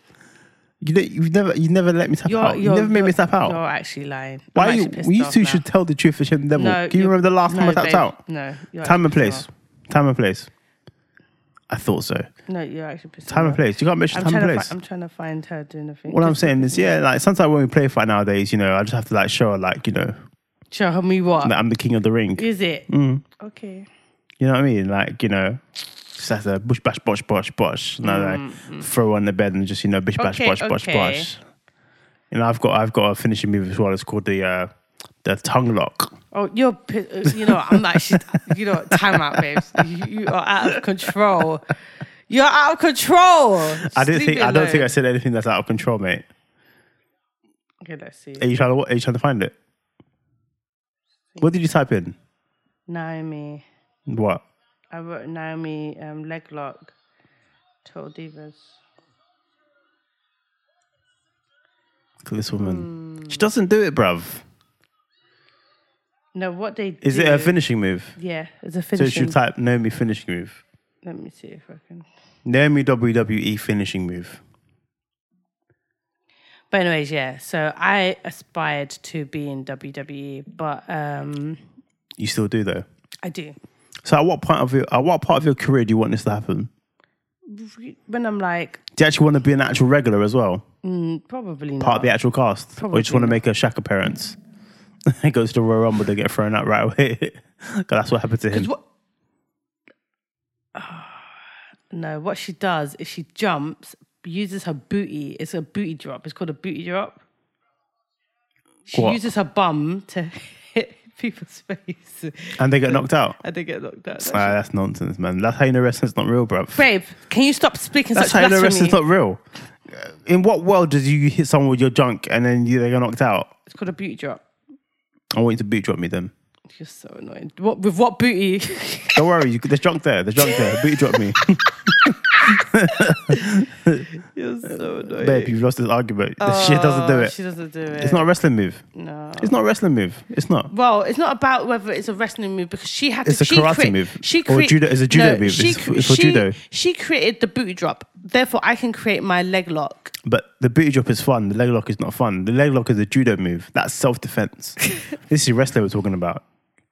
[SPEAKER 1] you ne- you never you never let me tap
[SPEAKER 2] You're,
[SPEAKER 1] out. Oh, You
[SPEAKER 2] you're-
[SPEAKER 1] never made me
[SPEAKER 2] you're-
[SPEAKER 1] tap
[SPEAKER 2] You're
[SPEAKER 1] out.
[SPEAKER 2] actually lying.
[SPEAKER 1] Why
[SPEAKER 2] I'm
[SPEAKER 1] you?
[SPEAKER 2] actually pissed
[SPEAKER 1] You
[SPEAKER 2] off
[SPEAKER 1] two
[SPEAKER 2] now.
[SPEAKER 1] should tell the truth and shame the devil.
[SPEAKER 2] No,
[SPEAKER 1] Can you remember the last time
[SPEAKER 2] no,
[SPEAKER 1] I tapped
[SPEAKER 2] babe.
[SPEAKER 1] out?
[SPEAKER 2] No, you're
[SPEAKER 1] Time and
[SPEAKER 2] actually pissed
[SPEAKER 1] place. Time and place. I thought so.
[SPEAKER 2] off. No, you're actually pissed
[SPEAKER 1] Time
[SPEAKER 2] me
[SPEAKER 1] and
[SPEAKER 2] off.
[SPEAKER 1] place. You can't mention
[SPEAKER 2] I'm
[SPEAKER 1] time
[SPEAKER 2] trying,
[SPEAKER 1] and
[SPEAKER 2] to
[SPEAKER 1] place.
[SPEAKER 2] fi- I'm trying to find her doing the thing.
[SPEAKER 1] what I'm
[SPEAKER 2] Just
[SPEAKER 1] saying is, yeah, like sometimes when we play fight nowadays, you know, I just have to like show her, like, you know,
[SPEAKER 2] show me what
[SPEAKER 1] that I'm the king of the ring.
[SPEAKER 2] is it?
[SPEAKER 1] Mm.
[SPEAKER 2] Okay.
[SPEAKER 1] You know what I mean? Like, you know, just have to bush bash bosh bosh bosh. And I like throw her on the bed and just, you know, bish bash
[SPEAKER 2] Mm-hmm. Okay,
[SPEAKER 1] bosh bosh
[SPEAKER 2] okay.
[SPEAKER 1] bosh. You know, I've got I've got a finishing move as well. It's called the uh the tongue lock.
[SPEAKER 2] Oh, you're, pi- uh, you know, I'm like, shit, you know, time out, babes. You, you are out of control. You're out of control.
[SPEAKER 1] I didn't think I don't think I said anything that's out of control, mate.
[SPEAKER 2] Okay, let's see.
[SPEAKER 1] Are you trying to what are you trying to find it? What did you type in?
[SPEAKER 2] Naomi.
[SPEAKER 1] What?
[SPEAKER 2] I wrote Naomi um, Leglock, Total Divas.
[SPEAKER 1] Look at this woman.
[SPEAKER 2] Hmm.
[SPEAKER 1] She doesn't do it, bruv.
[SPEAKER 2] No, what they
[SPEAKER 1] Is
[SPEAKER 2] do,
[SPEAKER 1] it a finishing move?
[SPEAKER 2] Yeah, it's a
[SPEAKER 1] So she
[SPEAKER 2] finishing.
[SPEAKER 1] type Naomi finishing move.
[SPEAKER 2] Let me see if I can.
[SPEAKER 1] Naomi WWE finishing move.
[SPEAKER 2] But anyways, yeah. So I aspired to be in WWE, but um,
[SPEAKER 1] You still do though.
[SPEAKER 2] I do.
[SPEAKER 1] So at what point of your at what part of your career do you want this to happen?
[SPEAKER 2] When I'm like,
[SPEAKER 1] Do you actually want to be an actual regular as well?
[SPEAKER 2] mm, probably
[SPEAKER 1] Part of
[SPEAKER 2] not.
[SPEAKER 1] the actual cast? or you just want to
[SPEAKER 2] Probably
[SPEAKER 1] make a Shaq appearance? <laughs> he goes to Royal Rumble, they get thrown out right away. <laughs> 'Cause that's what happened to him.
[SPEAKER 2] What? <sighs> No, what she does is she jumps, uses her booty. It's a booty drop. It's called a booty drop. She
[SPEAKER 1] What?
[SPEAKER 2] uses her bum to <laughs> hit people's face
[SPEAKER 1] And they get knocked out.
[SPEAKER 2] and they get knocked out.
[SPEAKER 1] Ah, that's nonsense, man. That's how you know wrestling's not real, bruv.
[SPEAKER 2] Babe, can you stop speaking
[SPEAKER 1] That's how
[SPEAKER 2] such
[SPEAKER 1] you know
[SPEAKER 2] blasphemy?
[SPEAKER 1] wrestling's not real. in what world does you hit someone with your junk and then you, they get knocked out?
[SPEAKER 2] It's called a booty drop.
[SPEAKER 1] I want you to boot drop me then.
[SPEAKER 2] You're so annoying. What with what booty? <laughs>
[SPEAKER 1] Don't worry, you, there's junk there. There's junk there. Boot drop me.
[SPEAKER 2] You're so annoying.
[SPEAKER 1] Babe, you've lost this argument. This shit doesn't do
[SPEAKER 2] Oh,
[SPEAKER 1] it.
[SPEAKER 2] She doesn't do it.
[SPEAKER 1] It's not a wrestling move.
[SPEAKER 2] No.
[SPEAKER 1] It's not a wrestling move. It's not.
[SPEAKER 2] Well, it's not about whether it's a wrestling move because she had
[SPEAKER 1] It's
[SPEAKER 2] to.
[SPEAKER 1] a
[SPEAKER 2] she
[SPEAKER 1] karate
[SPEAKER 2] crea-
[SPEAKER 1] move.
[SPEAKER 2] She
[SPEAKER 1] Or
[SPEAKER 2] crea-
[SPEAKER 1] judo- it's a judo
[SPEAKER 2] no,
[SPEAKER 1] move.
[SPEAKER 2] She,
[SPEAKER 1] It's
[SPEAKER 2] cre-
[SPEAKER 1] for- it's for
[SPEAKER 2] she-
[SPEAKER 1] judo.
[SPEAKER 2] She created the booty drop. Therefore, I can create my leg lock.
[SPEAKER 1] But the booty drop is fun. The leg lock is not fun. The leg lock is a judo move. That's self
[SPEAKER 2] <laughs>
[SPEAKER 1] defense. this is wrestling we're talking about.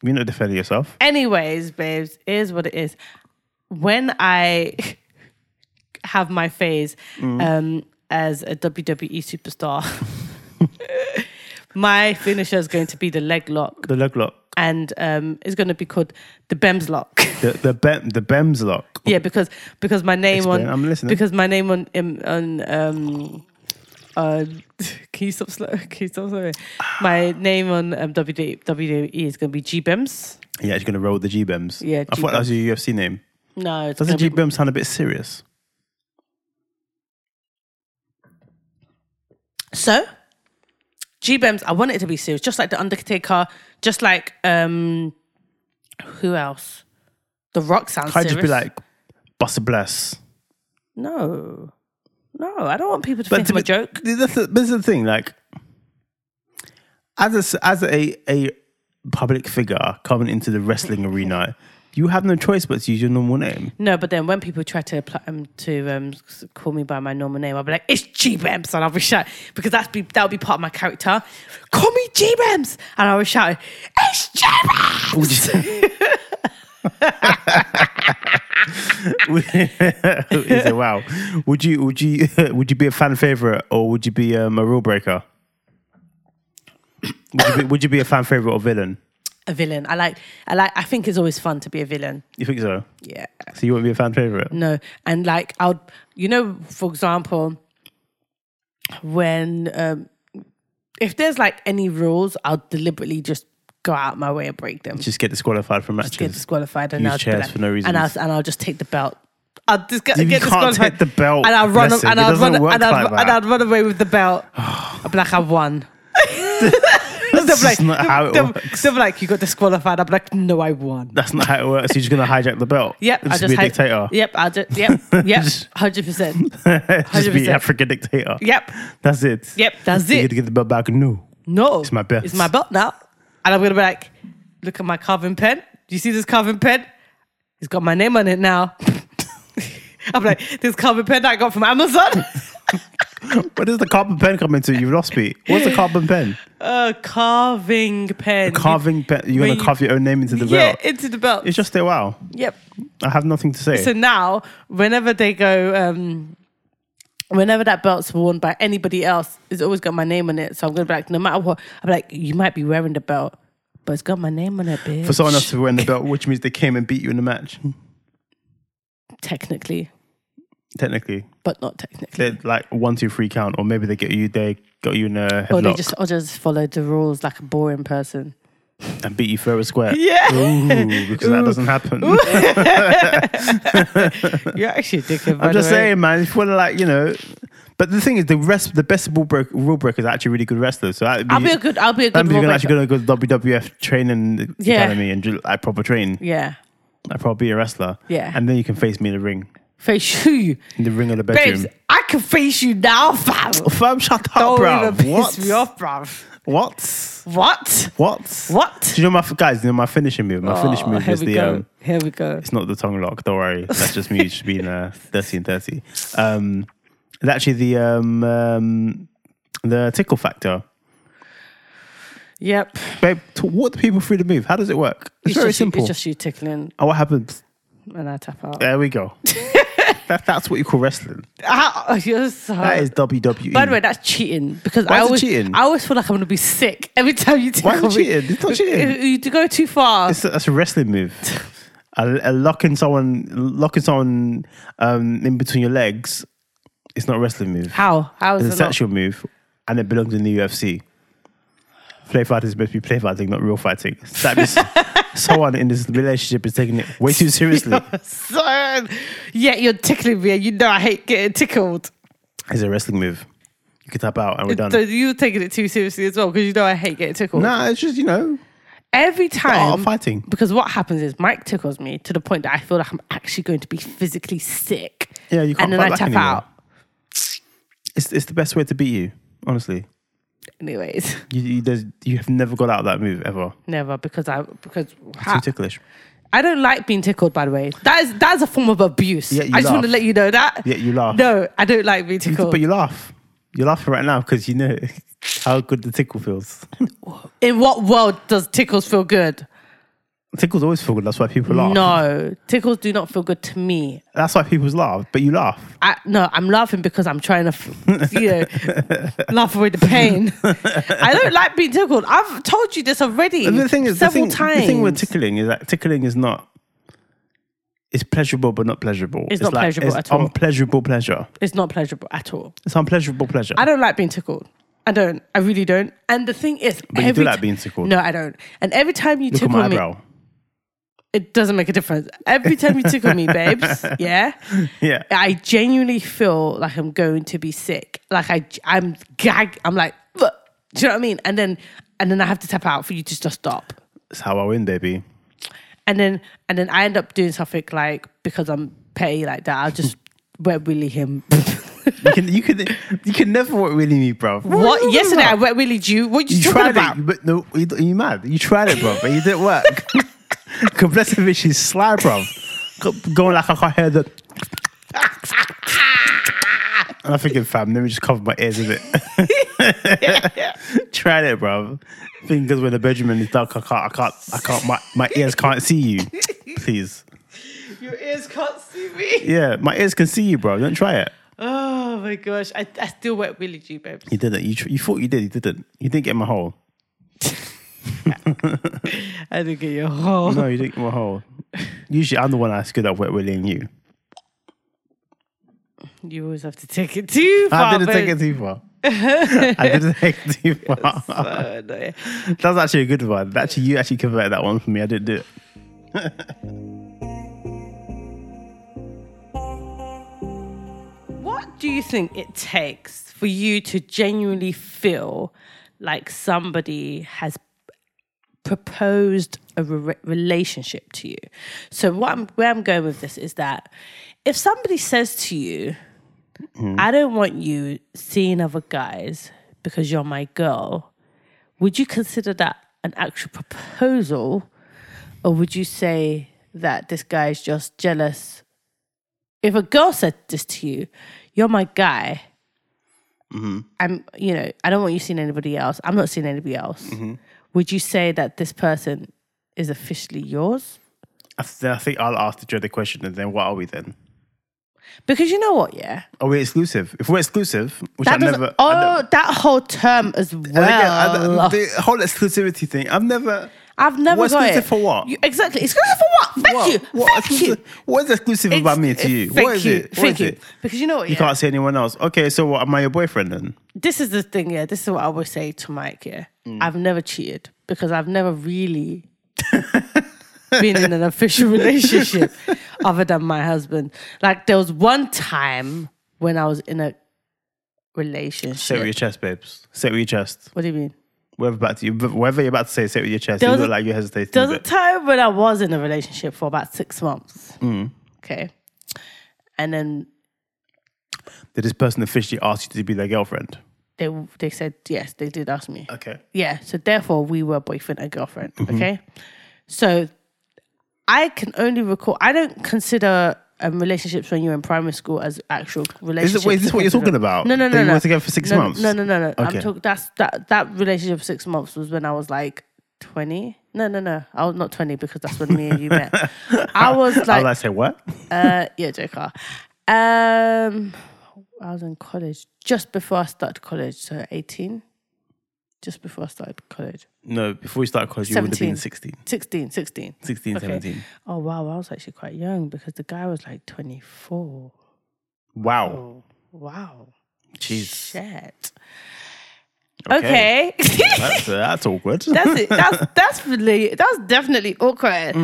[SPEAKER 1] You're not defending yourself.
[SPEAKER 2] Anyways, babes, it is what it is. When I <laughs> have my phase
[SPEAKER 1] Mm.
[SPEAKER 2] um, as a WWE superstar, <laughs> my finisher is going to be the leg lock,
[SPEAKER 1] The leg lock,
[SPEAKER 2] and um, it's going to be called the Bems lock. <laughs>
[SPEAKER 1] the the bem, the Bems lock.
[SPEAKER 2] Yeah, because because my name
[SPEAKER 1] Explain.
[SPEAKER 2] on
[SPEAKER 1] I'm listening.
[SPEAKER 2] because my name on um, on um on <laughs> can you stop slow <laughs> can you stop slow? My name on um, WD, WWE E is gonna be G Bems.
[SPEAKER 1] Yeah, she's gonna roll the G Bems.
[SPEAKER 2] Yeah,
[SPEAKER 1] I thought that was your UFC name.
[SPEAKER 2] No, it's
[SPEAKER 1] Doesn't
[SPEAKER 2] gonna
[SPEAKER 1] G
[SPEAKER 2] be,
[SPEAKER 1] Bem sound a bit serious?
[SPEAKER 2] so G Bems. I want it to be serious, just like the Undertaker, just like um who else? The Rock sounds
[SPEAKER 1] I'd just
[SPEAKER 2] serious.
[SPEAKER 1] be like, Buster Bless.
[SPEAKER 2] no, no, I don't want people to think I'm a joke.
[SPEAKER 1] This is, this is the thing. Like, as a s- as a a public figure coming into the wrestling arena, you have no choice but to use your normal name. <laughs>
[SPEAKER 2] No, but then when people try to apply, um, to um, s- call me by my normal name, I'll be like, "It's G Bems," and I'll be shouting because that's be that'll be part of my character. Call me G Bems, and I'll be shouting, "It's G
[SPEAKER 1] Would you- He said, wow. Would you would you <laughs> would you be a fan favorite or would you be um, a rule breaker? Would you, be, would you be a fan favorite or villain?
[SPEAKER 2] <laughs> A villain. I like. I like. I think it's always fun to be a villain.
[SPEAKER 1] You think so?
[SPEAKER 2] Yeah.
[SPEAKER 1] So you wouldn't be a fan favorite?
[SPEAKER 2] No, and like I'll, you know, for example, when um, if there's like any rules, I'll deliberately just go out my way and break them.
[SPEAKER 1] Just get disqualified from
[SPEAKER 2] just get
[SPEAKER 1] matches.
[SPEAKER 2] disqualified and
[SPEAKER 1] Use
[SPEAKER 2] I'll just be
[SPEAKER 1] chairs
[SPEAKER 2] like-
[SPEAKER 1] for no reason.
[SPEAKER 2] And I'll, and I'll just take the belt. I'll just get,
[SPEAKER 1] You
[SPEAKER 2] get
[SPEAKER 1] can't
[SPEAKER 2] disqualified.
[SPEAKER 1] take the belt,
[SPEAKER 2] And I'll run
[SPEAKER 1] blessing.
[SPEAKER 2] and
[SPEAKER 1] It
[SPEAKER 2] I'll
[SPEAKER 1] doesn't
[SPEAKER 2] run
[SPEAKER 1] work
[SPEAKER 2] and I'll,
[SPEAKER 1] like that.
[SPEAKER 2] and I'll run away with
[SPEAKER 1] <sighs>
[SPEAKER 2] the belt. I'll be like,
[SPEAKER 1] <laughs>
[SPEAKER 2] I've won. <laughs> That's
[SPEAKER 1] just not how it works.
[SPEAKER 2] They'll be like, you got disqualified. I'll be like, no, I won.
[SPEAKER 1] That's not how it works. You're just gonna hijack the belt.
[SPEAKER 2] <laughs> Yep,
[SPEAKER 1] Just,
[SPEAKER 2] I'll just
[SPEAKER 1] be a
[SPEAKER 2] hi- <laughs>
[SPEAKER 1] dictator.
[SPEAKER 2] Yep, I'll just yep, yep, hundred
[SPEAKER 1] <laughs>
[SPEAKER 2] percent.
[SPEAKER 1] just be
[SPEAKER 2] 100%.
[SPEAKER 1] an African dictator.
[SPEAKER 2] Yep,
[SPEAKER 1] That's it.
[SPEAKER 2] yep, that's
[SPEAKER 1] You get
[SPEAKER 2] it.
[SPEAKER 1] to get the belt back. No.
[SPEAKER 2] No.
[SPEAKER 1] my belt.
[SPEAKER 2] It's my belt now. And I'm going to be like, look at my carving pen. Do you see this carving pen? It's got my name on it now. <laughs> I'm like, this carving pen that I got from Amazon. <laughs>
[SPEAKER 1] Where does the carbon pen come into? it? You've lost me. What's the carbon
[SPEAKER 2] <laughs>
[SPEAKER 1] pen?
[SPEAKER 2] A carving pen.
[SPEAKER 1] Carving pen. You're
[SPEAKER 2] when
[SPEAKER 1] gonna
[SPEAKER 2] you-
[SPEAKER 1] carve your own name into the
[SPEAKER 2] Yeah,
[SPEAKER 1] belt.
[SPEAKER 2] into the belt.
[SPEAKER 1] It's just a wow.
[SPEAKER 2] yep.
[SPEAKER 1] I have nothing to say.
[SPEAKER 2] So now, whenever they go, um, whenever that belt's worn by anybody else, it's always got my name on it. So I'm going to be like, no matter what, I'm like, you might be wearing the belt, but it's got my name on it, bitch.
[SPEAKER 1] For someone else to win
[SPEAKER 2] <laughs>
[SPEAKER 1] the belt, which means they came and beat you in the match. Hmm.
[SPEAKER 2] Technically,
[SPEAKER 1] Technically,
[SPEAKER 2] but not technically.
[SPEAKER 1] they're like one, two, three count, or maybe they get you. They got you in a headlock
[SPEAKER 2] Or they just or just followed the rules like a boring person.
[SPEAKER 1] and beat you fair and square. <laughs>
[SPEAKER 2] Yeah.
[SPEAKER 1] Ooh, because that doesn't happen.
[SPEAKER 2] You're actually a dickhead.
[SPEAKER 1] <laughs>
[SPEAKER 2] by
[SPEAKER 1] I'm
[SPEAKER 2] the
[SPEAKER 1] just
[SPEAKER 2] way.
[SPEAKER 1] saying, man. If you want to, like, you know, but the thing is, the rest, the best rule, break, rule breakers are actually really good wrestlers. So that'd be,
[SPEAKER 2] I'll be a good. I'll be a
[SPEAKER 1] that'd be
[SPEAKER 2] good. rule
[SPEAKER 1] gonna
[SPEAKER 2] breaker.
[SPEAKER 1] actually going to go to WWF training
[SPEAKER 2] Yeah.
[SPEAKER 1] academy and do, like proper train.
[SPEAKER 2] yeah.
[SPEAKER 1] Like probably be a wrestler.
[SPEAKER 2] Yeah.
[SPEAKER 1] and then you can face me in the ring,
[SPEAKER 2] Face you,
[SPEAKER 1] in the ring of the bedroom.
[SPEAKER 2] babes. I can face you now, fam.
[SPEAKER 1] Fam, shut up,
[SPEAKER 2] Don't
[SPEAKER 1] bro.
[SPEAKER 2] even piss
[SPEAKER 1] Oh, What?
[SPEAKER 2] me off, bruv.
[SPEAKER 1] What?
[SPEAKER 2] What?
[SPEAKER 1] What?
[SPEAKER 2] What?
[SPEAKER 1] Do you know my guys? You know my finishing move. My finishing move
[SPEAKER 2] Oh, here
[SPEAKER 1] is
[SPEAKER 2] we
[SPEAKER 1] the.
[SPEAKER 2] go.
[SPEAKER 1] Um,
[SPEAKER 2] here we go.
[SPEAKER 1] it's not the tongue lock. Don't worry. That's just
[SPEAKER 2] <laughs>
[SPEAKER 1] me just being uh, dirty and dirty. Um, it's actually the um, um, the tickle factor.
[SPEAKER 2] Yep.
[SPEAKER 1] Babe, to walk the people through the move. How does it work? It's, very
[SPEAKER 2] just, you-
[SPEAKER 1] simple.
[SPEAKER 2] It's just you tickling,
[SPEAKER 1] oh, what happens?
[SPEAKER 2] and I tap out.
[SPEAKER 1] There we go. <laughs> that, that's what you call wrestling.
[SPEAKER 2] Ah, you're so.
[SPEAKER 1] That is E. WWE.
[SPEAKER 2] by the way, that's cheating because
[SPEAKER 1] Why
[SPEAKER 2] I
[SPEAKER 1] is it
[SPEAKER 2] always
[SPEAKER 1] cheating?
[SPEAKER 2] I always feel like I'm gonna be sick every time you tickle
[SPEAKER 1] Why is it <laughs>
[SPEAKER 2] me.
[SPEAKER 1] cheating? It's not cheating.
[SPEAKER 2] <laughs> You you go too far.
[SPEAKER 1] It's- that's a wrestling move. <laughs> A, a locking someone, locking someone um, in between your legs, it's not a wrestling move.
[SPEAKER 2] How? How is
[SPEAKER 1] It's a
[SPEAKER 2] it not?
[SPEAKER 1] sexual move, and it belongs in the UFC. Play fighting is supposed to be play fighting, not real fighting. That <laughs> means someone in this relationship is taking it way <laughs> too seriously.
[SPEAKER 2] uh, Son, yeah, you're tickling me, and you know I hate getting tickled.
[SPEAKER 1] It's a wrestling move. You can tap out and we're done.
[SPEAKER 2] So you're taking it too seriously as well because you know I hate getting tickled.
[SPEAKER 1] nah, it's just you know,
[SPEAKER 2] Every
[SPEAKER 1] oh,
[SPEAKER 2] time.
[SPEAKER 1] fighting.
[SPEAKER 2] because what happens is Mike tickles me to the point that I feel like I'm actually going to be physically sick.
[SPEAKER 1] Yeah, you can't
[SPEAKER 2] And then
[SPEAKER 1] fight
[SPEAKER 2] I
[SPEAKER 1] back
[SPEAKER 2] tap
[SPEAKER 1] anymore.
[SPEAKER 2] out.
[SPEAKER 1] It's it's the best way to beat you. Honestly,
[SPEAKER 2] Anyways, <laughs>
[SPEAKER 1] you you, there's, you have never got out of that move ever.
[SPEAKER 2] never because I because
[SPEAKER 1] Too
[SPEAKER 2] ha-
[SPEAKER 1] ticklish.
[SPEAKER 2] I don't like being tickled. By the way, that is that is a form of abuse.
[SPEAKER 1] Yeah, you
[SPEAKER 2] I just want to
[SPEAKER 1] laugh.
[SPEAKER 2] let you know that.
[SPEAKER 1] Yeah, you laugh.
[SPEAKER 2] No, I don't like being tickled.
[SPEAKER 1] But you laugh. You're laughing right now because you know <laughs> how good the tickle feels.
[SPEAKER 2] In what world does tickles feel good?
[SPEAKER 1] Tickles always feel good. That's why people laugh.
[SPEAKER 2] No, tickles do not feel good to me.
[SPEAKER 1] That's why people laugh. But you laugh.
[SPEAKER 2] I, no, I'm laughing because I'm trying to, f- you know,
[SPEAKER 1] <laughs>
[SPEAKER 2] laugh away the pain. I don't like being tickled. I've told you this already.
[SPEAKER 1] And the thing is,
[SPEAKER 2] several
[SPEAKER 1] the thing,
[SPEAKER 2] times.
[SPEAKER 1] the thing with tickling is that tickling is not. It's pleasurable, but not pleasurable.
[SPEAKER 2] It's not pleasurable
[SPEAKER 1] it's
[SPEAKER 2] at all.
[SPEAKER 1] Unpleasurable pleasure.
[SPEAKER 2] it's not pleasurable at all.
[SPEAKER 1] It's unpleasurable pleasure.
[SPEAKER 2] I don't like being tickled. I don't. I really don't. And the thing is,
[SPEAKER 1] But you
[SPEAKER 2] every
[SPEAKER 1] do like
[SPEAKER 2] ti-
[SPEAKER 1] being tickled.
[SPEAKER 2] No, I don't. And every time you
[SPEAKER 1] Look at
[SPEAKER 2] tickle
[SPEAKER 1] my
[SPEAKER 2] me,
[SPEAKER 1] eyebrow.
[SPEAKER 2] it doesn't make a difference. Every time you tickle me,
[SPEAKER 1] <laughs>
[SPEAKER 2] babes, yeah,
[SPEAKER 1] Yeah.
[SPEAKER 2] I genuinely feel like I'm going to be sick. Like I, I'm gag. I'm like, "Ugh." do you know what I mean? And then, and then I have to tap out for you to just stop.
[SPEAKER 1] That's how I win, baby.
[SPEAKER 2] And then, and then I end up doing something like because I'm petty like that. I'll just <laughs> wet willy him.
[SPEAKER 1] You can, you can, you can never work really me, bro. What? are you
[SPEAKER 2] what?
[SPEAKER 1] talking
[SPEAKER 2] Yesterday I
[SPEAKER 1] about?
[SPEAKER 2] wet willied you. What are you,
[SPEAKER 1] you
[SPEAKER 2] talking
[SPEAKER 1] tried
[SPEAKER 2] about?
[SPEAKER 1] it, but no, you, you mad. You tried it, bro, but you didn't
[SPEAKER 2] <laughs>
[SPEAKER 1] work. Komplexivich is sly, bro. Going like I can't hear
[SPEAKER 2] <laughs>
[SPEAKER 1] the. And I'm thinking, fam, let me just cover my ears
[SPEAKER 2] <laughs>
[SPEAKER 1] with it. Tried it, bro. Fingers when the bedroom is dark, I can't, I can't, I can't. My, my ears can't see you. Please,
[SPEAKER 2] Your ears can't see me.
[SPEAKER 1] yeah, my ears can see you, bro. Don't try it.
[SPEAKER 2] Oh my gosh. I, I still wet Willie G, babes.
[SPEAKER 1] You didn't. You, tr- you thought you did. You didn't. You didn't get in my hole.
[SPEAKER 2] I didn't get your whole.
[SPEAKER 1] No, you didn't get in my hole. Usually, I'm the one that's good at wet willing you.
[SPEAKER 2] You always have to take it too far.
[SPEAKER 1] I didn't take
[SPEAKER 2] babes.
[SPEAKER 1] it too far. I didn't take it too far.
[SPEAKER 2] <laughs> So annoying.
[SPEAKER 1] That was actually a good one. Actually, you actually converted that one for me. I didn't do it.
[SPEAKER 2] What do you think it takes for you to genuinely feel like somebody has proposed a re- relationship to you? So, what I'm, where I'm going with this is that if somebody says to you, I don't want you seeing other guys because you're my girl, would you consider that an actual proposal? Or would you say that this guy is just jealous if a girl said this to you, you're my guy.
[SPEAKER 1] Mm-hmm.
[SPEAKER 2] I'm, you know, I don't want you seeing anybody else. I'm not seeing anybody else.
[SPEAKER 1] Mm-hmm.
[SPEAKER 2] Would you say that this person is officially yours?
[SPEAKER 1] I, th- I think I'll ask the dreaded question, and then what are we then?
[SPEAKER 2] Because you know what, yeah,
[SPEAKER 1] Are we exclusive? If we're exclusive, which I
[SPEAKER 2] that doesn't.
[SPEAKER 1] never.
[SPEAKER 2] oh,
[SPEAKER 1] I never-
[SPEAKER 2] that whole term as
[SPEAKER 1] and again, I
[SPEAKER 2] well.
[SPEAKER 1] don't- the whole exclusivity thing, I've never.
[SPEAKER 2] I've never
[SPEAKER 1] What's
[SPEAKER 2] got
[SPEAKER 1] exclusive
[SPEAKER 2] it.
[SPEAKER 1] for what?
[SPEAKER 2] You- exactly. Exclusive for what? Thank
[SPEAKER 1] what,
[SPEAKER 2] you.
[SPEAKER 1] what
[SPEAKER 2] Thank you.
[SPEAKER 1] exclusive- what is exclusive about me to you?
[SPEAKER 2] Thank
[SPEAKER 1] What is
[SPEAKER 2] you.
[SPEAKER 1] it? What
[SPEAKER 2] Thank
[SPEAKER 1] is
[SPEAKER 2] you.
[SPEAKER 1] it?
[SPEAKER 2] Because you know what?
[SPEAKER 1] You
[SPEAKER 2] yeah?
[SPEAKER 1] can't see anyone else. Okay, so what? Am I your boyfriend then?
[SPEAKER 2] this is the thing, yeah. This is what I always say to Mike, yeah. I've never cheated because I've never really <laughs> been in an official <laughs> relationship other than my husband. Like there was one time when I was in
[SPEAKER 1] Say
[SPEAKER 2] a
[SPEAKER 1] it with
[SPEAKER 2] relationship.
[SPEAKER 1] your chest, babes. Say it with your chest.
[SPEAKER 2] What do you mean?
[SPEAKER 1] Whatever about you, whatever you're about to say, say it with your chest.
[SPEAKER 2] There
[SPEAKER 1] You
[SPEAKER 2] was
[SPEAKER 1] look
[SPEAKER 2] a-
[SPEAKER 1] like you hesitated.
[SPEAKER 2] There
[SPEAKER 1] a
[SPEAKER 2] was a
[SPEAKER 1] bit.
[SPEAKER 2] time when I was in a relationship for about six months. Okay. And then
[SPEAKER 1] Did this person officially ask you to be their girlfriend?
[SPEAKER 2] they they said yes, they did ask me.
[SPEAKER 1] Okay.
[SPEAKER 2] Yeah. So therefore, we were boyfriend and girlfriend.
[SPEAKER 1] Mm-hmm.
[SPEAKER 2] Okay. So I can only recall. I don't consider um, relationships when you're in primary school as actual
[SPEAKER 1] Is,
[SPEAKER 2] relationships.
[SPEAKER 1] it, wait, is this what you're talking about?
[SPEAKER 2] No, no,
[SPEAKER 1] That
[SPEAKER 2] no,
[SPEAKER 1] you
[SPEAKER 2] no.
[SPEAKER 1] were together for six
[SPEAKER 2] no, no,
[SPEAKER 1] months.
[SPEAKER 2] No, no, no, no.
[SPEAKER 1] Okay.
[SPEAKER 2] I'm talking. That's that. That relationship of six months was when I was like twenty. No, no, no. I was not twenty because that's when me and
[SPEAKER 1] <laughs>
[SPEAKER 2] you met. I was
[SPEAKER 1] I was
[SPEAKER 2] like,
[SPEAKER 1] like, say what?
[SPEAKER 2] uh, yeah, Joker. Um, I was in college just before I started college, so eighteen. Just before I started college.
[SPEAKER 1] No, before you started college, you would have been
[SPEAKER 2] 17.
[SPEAKER 1] 16,
[SPEAKER 2] 16, 16.
[SPEAKER 1] 16,
[SPEAKER 2] Okay.
[SPEAKER 1] 17.
[SPEAKER 2] Oh, wow. I was actually quite young because the guy was like 24.
[SPEAKER 1] Wow.
[SPEAKER 2] Oh, wow.
[SPEAKER 1] Jeez.
[SPEAKER 2] Shit. Okay.
[SPEAKER 1] <laughs>
[SPEAKER 2] <laughs>
[SPEAKER 1] That's, uh, that's awkward.
[SPEAKER 2] that's it. That's that's really that's definitely awkward.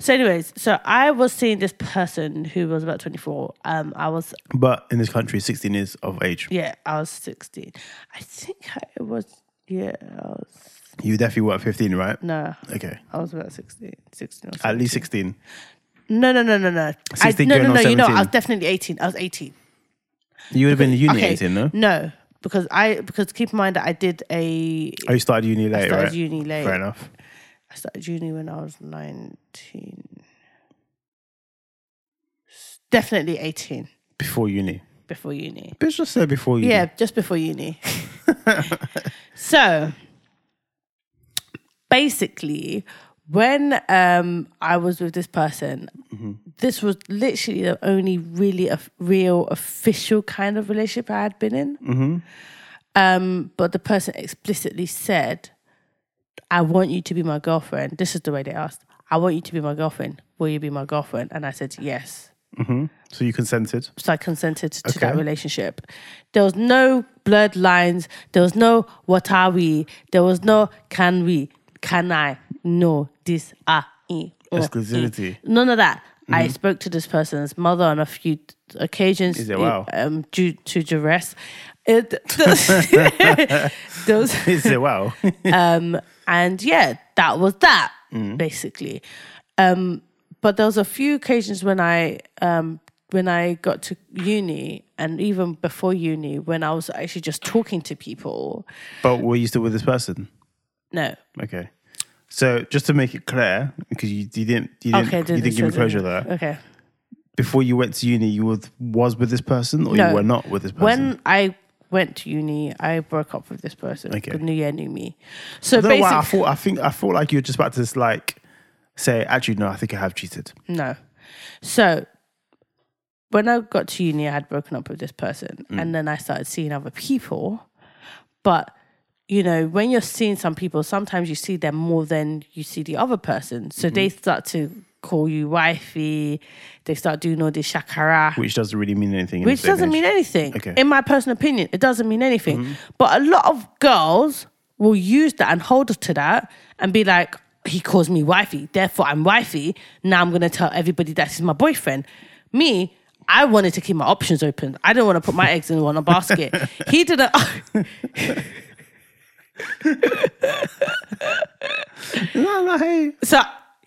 [SPEAKER 2] So, anyways, so I was seeing this person who was about twenty four. Um, I was
[SPEAKER 1] but in this country, 16 is of age.
[SPEAKER 2] yeah, I was sixteen. I think I was yeah, I was
[SPEAKER 1] You definitely were 15, right?
[SPEAKER 2] no,
[SPEAKER 1] Okay.
[SPEAKER 2] I was about 16, 16 or something.
[SPEAKER 1] At least 16.
[SPEAKER 2] No, no, no, no, no. I,
[SPEAKER 1] 16
[SPEAKER 2] no,
[SPEAKER 1] going
[SPEAKER 2] no,
[SPEAKER 1] on
[SPEAKER 2] no. You know, I
[SPEAKER 1] 17.
[SPEAKER 2] was definitely eighteen. I was eighteen.
[SPEAKER 1] You would have been in uni
[SPEAKER 2] Okay. Mm.
[SPEAKER 1] 18, no?
[SPEAKER 2] No, because I because keep in mind that I did a
[SPEAKER 1] Oh, you started uni late,
[SPEAKER 2] started
[SPEAKER 1] right?
[SPEAKER 2] uni late.
[SPEAKER 1] Fair enough.
[SPEAKER 2] I started uni when I was nineteen. S- Definitely eighteen
[SPEAKER 1] Before uni.
[SPEAKER 2] before uni.
[SPEAKER 1] Bitch, just say before uni.
[SPEAKER 2] Yeah, just before uni. <laughs> so basically, when um, I was with this person,
[SPEAKER 1] Mm-hmm.
[SPEAKER 2] this was literally the only really of real official kind of relationship I had been in.
[SPEAKER 1] Mm-hmm.
[SPEAKER 2] Um, but the person explicitly said, I want you to be my girlfriend. This is the way they asked. I want you to be my girlfriend. Will you be my girlfriend? And I said, yes
[SPEAKER 1] So you consented. <laughs>
[SPEAKER 2] so I consented to that
[SPEAKER 1] Okay.
[SPEAKER 2] relationship. There was no blurred lines. There was no what are we. There was no can we, can I, no, this are in.
[SPEAKER 1] Exclusivity. Mm-hmm.
[SPEAKER 2] None of that. I spoke to this person's mother on a few t- occasions.
[SPEAKER 1] Is it? Wow.
[SPEAKER 2] Um, due to duress.
[SPEAKER 1] <laughs>
[SPEAKER 2] It, <laughs> th- there was-
[SPEAKER 1] Is it wow?
[SPEAKER 2] and yeah, that was that
[SPEAKER 1] Mm.
[SPEAKER 2] basically. Um, but there was a few occasions when I um, when I got to uni and even before uni when I was actually just talking to people.
[SPEAKER 1] but were you still with this person?
[SPEAKER 2] No,
[SPEAKER 1] Okay. So just to make it clear, because you, you didn't you didn't,
[SPEAKER 2] okay,
[SPEAKER 1] you
[SPEAKER 2] didn't
[SPEAKER 1] didn't give me
[SPEAKER 2] so
[SPEAKER 1] closure
[SPEAKER 2] didn't-
[SPEAKER 1] there.
[SPEAKER 2] Okay,
[SPEAKER 1] Before you went to uni, you was, was with this person or
[SPEAKER 2] No.
[SPEAKER 1] you were not with this person?
[SPEAKER 2] when I went to uni, I broke up with this person.
[SPEAKER 1] Okay.
[SPEAKER 2] The new year, new me. So
[SPEAKER 1] I don't know why I
[SPEAKER 2] basically,
[SPEAKER 1] thought I think I thought like you were just about to just like say, actually no, I think I have cheated.
[SPEAKER 2] No. So when I got to uni, I had broken up with this person, and then I started seeing other people. But you know, when you're seeing some people, sometimes you see them more than you see the other person. So they start to call you wifey. They start doing all this shakara
[SPEAKER 1] Which doesn't really mean anything. in
[SPEAKER 2] which
[SPEAKER 1] this day and
[SPEAKER 2] doesn't
[SPEAKER 1] age.
[SPEAKER 2] mean anything.
[SPEAKER 1] Okay. Mm-hmm.
[SPEAKER 2] In my personal opinion, it doesn't mean anything. But a lot of girls will use that and hold to that and be like, he calls me wifey, therefore I'm wifey. Now I'm gonna tell everybody that he's my boyfriend. Me, I wanted to keep my options open. I didn't want to put my eggs in
[SPEAKER 1] <laughs>
[SPEAKER 2] one basket. he didn't. <laughs>
[SPEAKER 1] No, no, hey.
[SPEAKER 2] so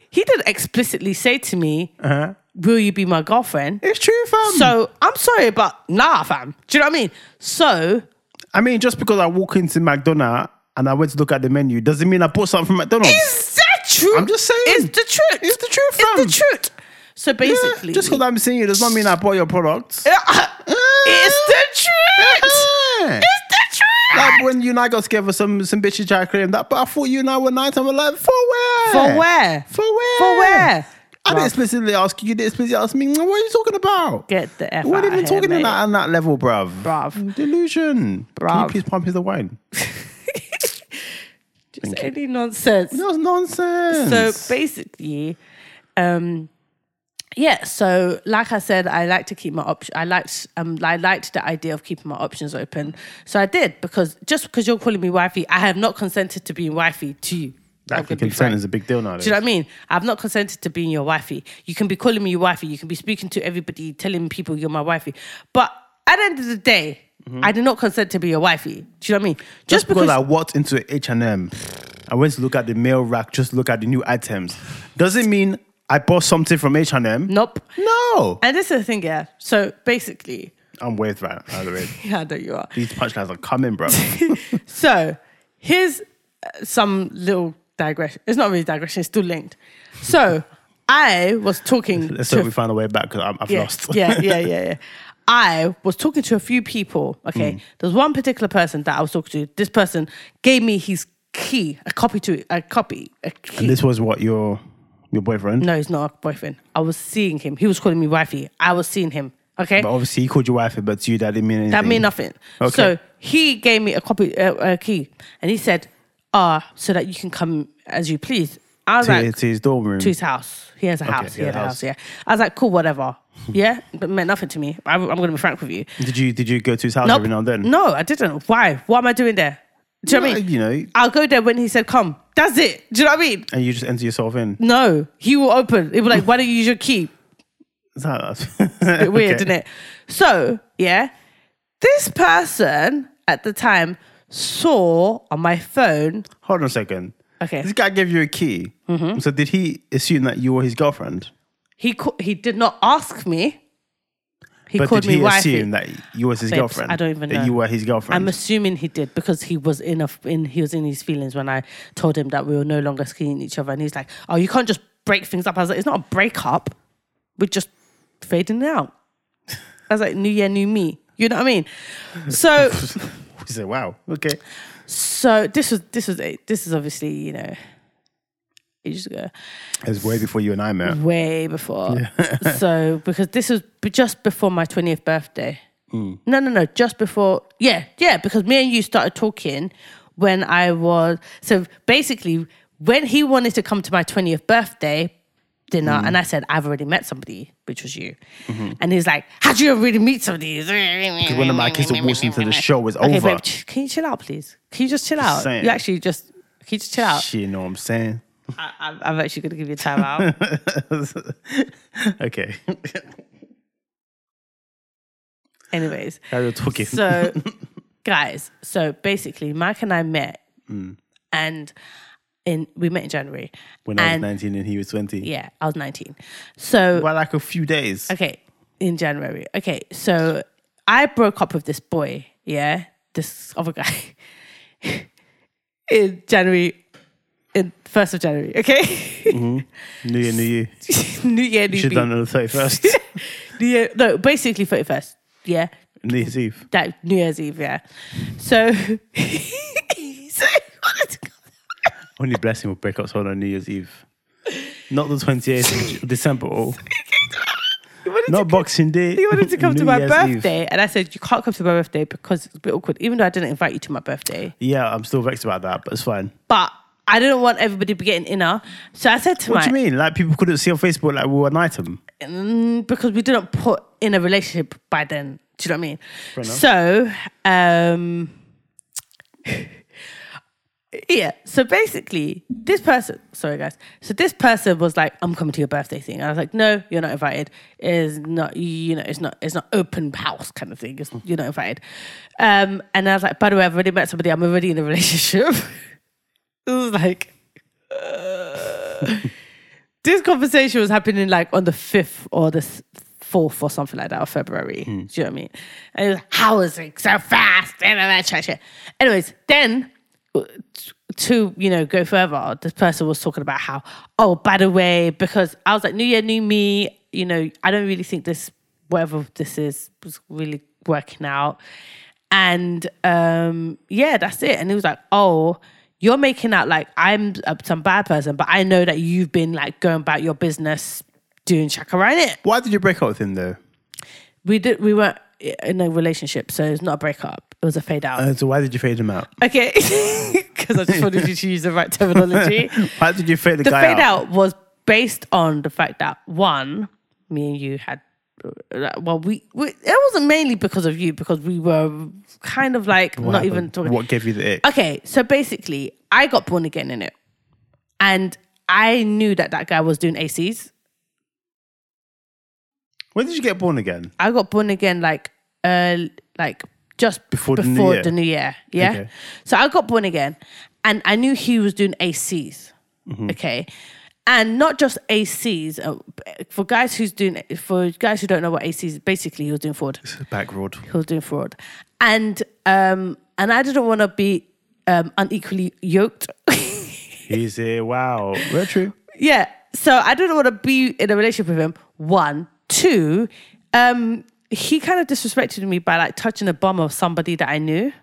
[SPEAKER 2] he didn't explicitly say to me,
[SPEAKER 1] Uh-huh.
[SPEAKER 2] "Will you be my girlfriend?"
[SPEAKER 1] It's true, fam.
[SPEAKER 2] So I'm sorry, but nah, fam. Do you know what I mean? So
[SPEAKER 1] I mean, just because I walk into McDonald's and I went to look at the menu doesn't mean I bought something from McDonald's.
[SPEAKER 2] Is that true?
[SPEAKER 1] I'm just saying.
[SPEAKER 2] It's the truth.
[SPEAKER 1] It's the truth, fam.
[SPEAKER 2] It's the truth. So
[SPEAKER 1] Yeah,
[SPEAKER 2] basically,
[SPEAKER 1] just because I'm seeing you does not mean I bought your product.
[SPEAKER 2] it's the truth.
[SPEAKER 1] Yeah.
[SPEAKER 2] It's the truth.
[SPEAKER 1] Like when you and I got together, some some bitches tried to claim that, but I thought you and I were nice. I'm like, for where?
[SPEAKER 2] For where?
[SPEAKER 1] For where?
[SPEAKER 2] For
[SPEAKER 1] I
[SPEAKER 2] where? Well-
[SPEAKER 1] didn't explicitly ask you. You didn't explicitly ask me. What are you talking about?
[SPEAKER 2] Get the F
[SPEAKER 1] We're
[SPEAKER 2] out
[SPEAKER 1] not even
[SPEAKER 2] of here,
[SPEAKER 1] talking on
[SPEAKER 2] mate.
[SPEAKER 1] that, on that level, bruv. Mm,
[SPEAKER 2] Bruv.
[SPEAKER 1] Delusion. Can you
[SPEAKER 2] Bruv.
[SPEAKER 1] please pump his the wine?
[SPEAKER 2] <laughs> Just any nonsense.
[SPEAKER 1] That was nonsense.
[SPEAKER 2] So basically, um, yeah. So like I said, I like to keep my option. I liked, um, I liked the idea of keeping my options open. So I did because just because you're calling me wifey, I have not consented to being wifey to you. I'm
[SPEAKER 1] that
[SPEAKER 2] gonna be
[SPEAKER 1] consent
[SPEAKER 2] frank.
[SPEAKER 1] is a big deal nowadays.
[SPEAKER 2] Do you know what I mean? I've not consented to being your wifey. You can be calling me your wifey. You can be speaking to everybody, telling people you're my wifey. But at the end of the day, I did not consent to be your wifey. Do you know what I mean? Just,
[SPEAKER 1] Mm-hmm. just because, I walked into H and M, I went to look at the mail rack, just look at the new items. Doesn't mean I bought something from H and M.
[SPEAKER 2] nope.
[SPEAKER 1] No,
[SPEAKER 2] Mm. And this is the thing, yeah. So basically, <laughs>
[SPEAKER 1] I'm weird right now. By the way,
[SPEAKER 2] yeah, I know you are.
[SPEAKER 1] these punchlines are coming, bro.
[SPEAKER 2] So here's uh, some little digression. It's not really digression. It's still linked. So I was
[SPEAKER 1] <laughs>
[SPEAKER 2] talking
[SPEAKER 1] Let's
[SPEAKER 2] to
[SPEAKER 1] hope we find a way back because I've
[SPEAKER 2] yeah,
[SPEAKER 1] lost.
[SPEAKER 2] yeah, yeah, yeah, yeah. I was talking to a few people. Okay,
[SPEAKER 1] Mm.
[SPEAKER 2] there's one particular person that I was talking to. This person gave me his key, a copy to a copy. A key.
[SPEAKER 1] And <laughs> this was what your your boyfriend.
[SPEAKER 2] no, he's not a boyfriend. I was seeing him. He was calling me wifey. I was seeing him. Okay,
[SPEAKER 1] But obviously, he called you wife, but to you that didn't mean anything.
[SPEAKER 2] that mean nothing.
[SPEAKER 1] Okay.
[SPEAKER 2] So he gave me a copy, uh, a key, and he said, "Ah, so that you can come as you please." I was
[SPEAKER 1] to,
[SPEAKER 2] like,
[SPEAKER 1] to his dorm room.
[SPEAKER 2] to his house. He has a house. He
[SPEAKER 1] yeah,
[SPEAKER 2] had a
[SPEAKER 1] house.
[SPEAKER 2] house. Yeah. I was like, cool, whatever. <laughs> yeah, but meant nothing to me. I, I'm going to be frank with you.
[SPEAKER 1] Did you did you go to his house every now and then?
[SPEAKER 2] No, I didn't. Why? What am I doing there? Do you know what I mean?
[SPEAKER 1] You know,
[SPEAKER 2] I'll go there when he said come. That's it. Do you know what I mean?
[SPEAKER 1] and you just enter yourself in.
[SPEAKER 2] No, he will open. It will be like, why don't you use your key?
[SPEAKER 1] Is that <laughs>
[SPEAKER 2] bit weird, isn't it? So, yeah, this person at the time saw on my phone.
[SPEAKER 1] Hold on a second.
[SPEAKER 2] Okay,
[SPEAKER 1] This guy gave you a key.
[SPEAKER 2] Mm-hmm.
[SPEAKER 1] So did he assume that you were his girlfriend?
[SPEAKER 2] he ca- he did not ask me. He
[SPEAKER 1] But
[SPEAKER 2] called
[SPEAKER 1] did he
[SPEAKER 2] me wifey.
[SPEAKER 1] assume that you was his
[SPEAKER 2] Babes,
[SPEAKER 1] girlfriend?
[SPEAKER 2] I don't even
[SPEAKER 1] that
[SPEAKER 2] know.
[SPEAKER 1] you were his girlfriend.
[SPEAKER 2] I'm assuming he did because he was in a in he was in his feelings when I told him that we were no longer seeing each other, and he's like, "Oh, you can't just break things up." I was like, "It's not a breakup. We're just fading out." I was like, "New year, new me." You know what I mean?
[SPEAKER 1] <laughs>
[SPEAKER 2] So
[SPEAKER 1] he said, "Wow,
[SPEAKER 2] <laughs>
[SPEAKER 1] okay."
[SPEAKER 2] So this was this was this is obviously you know ages ago,
[SPEAKER 1] It was way before you and I met.
[SPEAKER 2] way before.
[SPEAKER 1] <laughs>
[SPEAKER 2] so because this was b- just before my twentieth birthday.
[SPEAKER 1] Mm.
[SPEAKER 2] No, no, no, just before. Yeah, yeah, because me and you started talking when I was so basically when he wanted to come to my twentieth birthday dinner
[SPEAKER 1] Mm.
[SPEAKER 2] and I said I've already met somebody which was you and he's like how do you already meet somebody
[SPEAKER 1] Mm-hmm. Because one of my kids would walk into the show was
[SPEAKER 2] okay
[SPEAKER 1] over.
[SPEAKER 2] babe ch- can you chill out please can you just chill out
[SPEAKER 1] saying.
[SPEAKER 2] you actually just can you just chill out
[SPEAKER 1] Shit, you know what I'm saying?
[SPEAKER 2] I, I'm, I'm actually going to give you time
[SPEAKER 1] <laughs>
[SPEAKER 2] out. <laughs>
[SPEAKER 1] Okay,
[SPEAKER 2] Anyways,
[SPEAKER 1] carry on talking.
[SPEAKER 2] so guys, so basically, Mike and I met,
[SPEAKER 1] Mm.
[SPEAKER 2] and in we met in January.
[SPEAKER 1] when I was
[SPEAKER 2] and-
[SPEAKER 1] 19 and he was 20,
[SPEAKER 2] Yeah, I was 19. So
[SPEAKER 1] by like a few days.
[SPEAKER 2] okay, in January. Okay, so I broke up with this boy. Yeah, this other guy <laughs> in January, in first of January. Okay,
[SPEAKER 1] New year, new Mm-hmm. you.
[SPEAKER 2] <laughs> New Year, New
[SPEAKER 1] Should have
[SPEAKER 2] Me.
[SPEAKER 1] done it on the 31st,
[SPEAKER 2] <laughs> New Year, no, basically thirty first. Yeah,
[SPEAKER 1] New Year's Eve.
[SPEAKER 2] that New Year's Eve, yeah. So, <laughs> so
[SPEAKER 1] Only blessing will break up someone on New Year's Eve. Not the
[SPEAKER 2] <laughs>
[SPEAKER 1] 28th of December. or-
[SPEAKER 2] he wanted,
[SPEAKER 1] Not
[SPEAKER 2] to,
[SPEAKER 1] Boxing Day.
[SPEAKER 2] he wanted to come to
[SPEAKER 1] New
[SPEAKER 2] my
[SPEAKER 1] Year's Eve.
[SPEAKER 2] birthday, and I said, You can't come to my birthday because it's a bit awkward, even though I didn't invite you to my birthday.
[SPEAKER 1] Yeah, I'm still vexed about that, but it's fine.
[SPEAKER 2] But I didn't want everybody to be getting inner. So I said to
[SPEAKER 1] What do
[SPEAKER 2] my,
[SPEAKER 1] you mean? Like people couldn't see on Facebook like we were an item.
[SPEAKER 2] Mm, because we didn't put in a relationship by then. Do you know what I mean? So, um, <laughs> yeah. So basically, this person, sorry guys, so this person was like, "I'm coming to your birthday thing," and I was like, "No, you're not invited. It's not, you know, it's not, it's not open house kind of thing. It's, you're not invited." Um, and I was like, "By the way, I've already met somebody. I'm already in a <laughs> relationship." it was like this conversation was happening like on the 5th or the s- 4th or something like that of February. Do you know what I mean? And it was, how is it so fast? And all that trash. Anyways, then uh, t- to, you know, go further, this person was talking about how, oh, by the way, because I was like, new year, new me, you know, I don't really think this, whatever this is, was really working out. And um, yeah, that's it. And he was like, oh, you're making out like I'm a, some bad person, but I know that you've been like going about your business doing chakarine it.
[SPEAKER 1] Why did you break up with him though?
[SPEAKER 2] We did we weren't in a relationship, so it's not a breakup. It was a fade out.
[SPEAKER 1] Uh, so why did you fade him out?
[SPEAKER 2] okay. <laughs> Because I just wanted you to use the right terminology.
[SPEAKER 1] Why did you fade the,
[SPEAKER 2] the
[SPEAKER 1] guy
[SPEAKER 2] fade out was based on the fact that one, me and you had uh, well, we, we it wasn't mainly because of you because we were kind of like
[SPEAKER 1] What
[SPEAKER 2] not
[SPEAKER 1] happened?
[SPEAKER 2] even talking.
[SPEAKER 1] What gave you the ick?
[SPEAKER 2] Okay, so basically, I got born again in it, and I knew that that guy was doing ACs.
[SPEAKER 1] When did you get born again?
[SPEAKER 2] I got born again like uh like just
[SPEAKER 1] Before
[SPEAKER 2] before,
[SPEAKER 1] the new year.
[SPEAKER 2] the new year. Yeah.
[SPEAKER 1] Okay.
[SPEAKER 2] So I got born again and I knew he was doing ACs.
[SPEAKER 1] Mm-hmm.
[SPEAKER 2] Okay. And not just ACs. uh, For guys who's doing for guys who don't know what ACs is, basically he was doing fraud.
[SPEAKER 1] Back road.
[SPEAKER 2] He was doing fraud. And um and I didn't want to be um unequally yoked. <laughs>
[SPEAKER 1] He's here. Wow. Very true.
[SPEAKER 2] Yeah. So I didn't want to be in a relationship with him. One, two. Um, he kind of disrespected me by like touching the bum of somebody that I knew.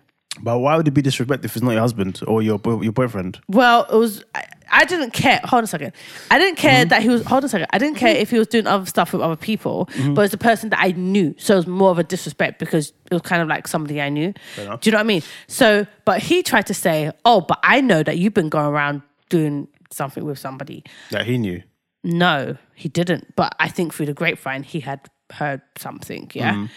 [SPEAKER 1] But why would it be disrespectful if it's not your husband or your boy, your boyfriend?
[SPEAKER 2] Well, it was. I, I didn't care. Hold on a second. I didn't care that he was. Hold on a second. I didn't care if he was doing other stuff with other people, but it's a person that I knew. So it was more of a disrespect because it was kind of like somebody I knew. Do you know
[SPEAKER 1] enough.
[SPEAKER 2] what I mean? So, but he tried to say, "Oh, but I know that you've been going around doing something with somebody."
[SPEAKER 1] That he knew.
[SPEAKER 2] No, he didn't. But I think through the grapevine, he had heard something. Yeah.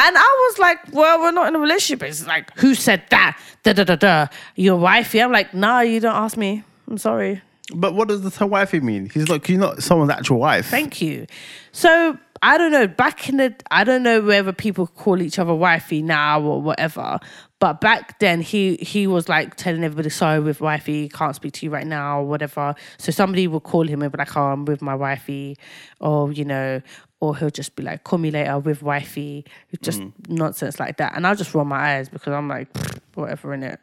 [SPEAKER 2] And I was like, well, we're not in a relationship. It's like, who said that? Da da da da. Your wifey. I'm like, nah, you don't ask me. I'm sorry.
[SPEAKER 1] But what does the term wifey mean? He's like, you're not someone's actual wife.
[SPEAKER 2] Thank you. So I don't know. Back in the, I don't know whether people call each other wifey now or whatever. But back then, he he was like telling everybody, "Sorry, with wifey, can't speak to you right now, or whatever." So somebody would call him and be like, "Oh, I'm with my wifey," or you know, or he'll just be like, "Call me later with wifey," just
[SPEAKER 1] Mm-hmm.
[SPEAKER 2] nonsense like that. And I'll just roll my eyes because I'm like, "Pfft, whatever in it.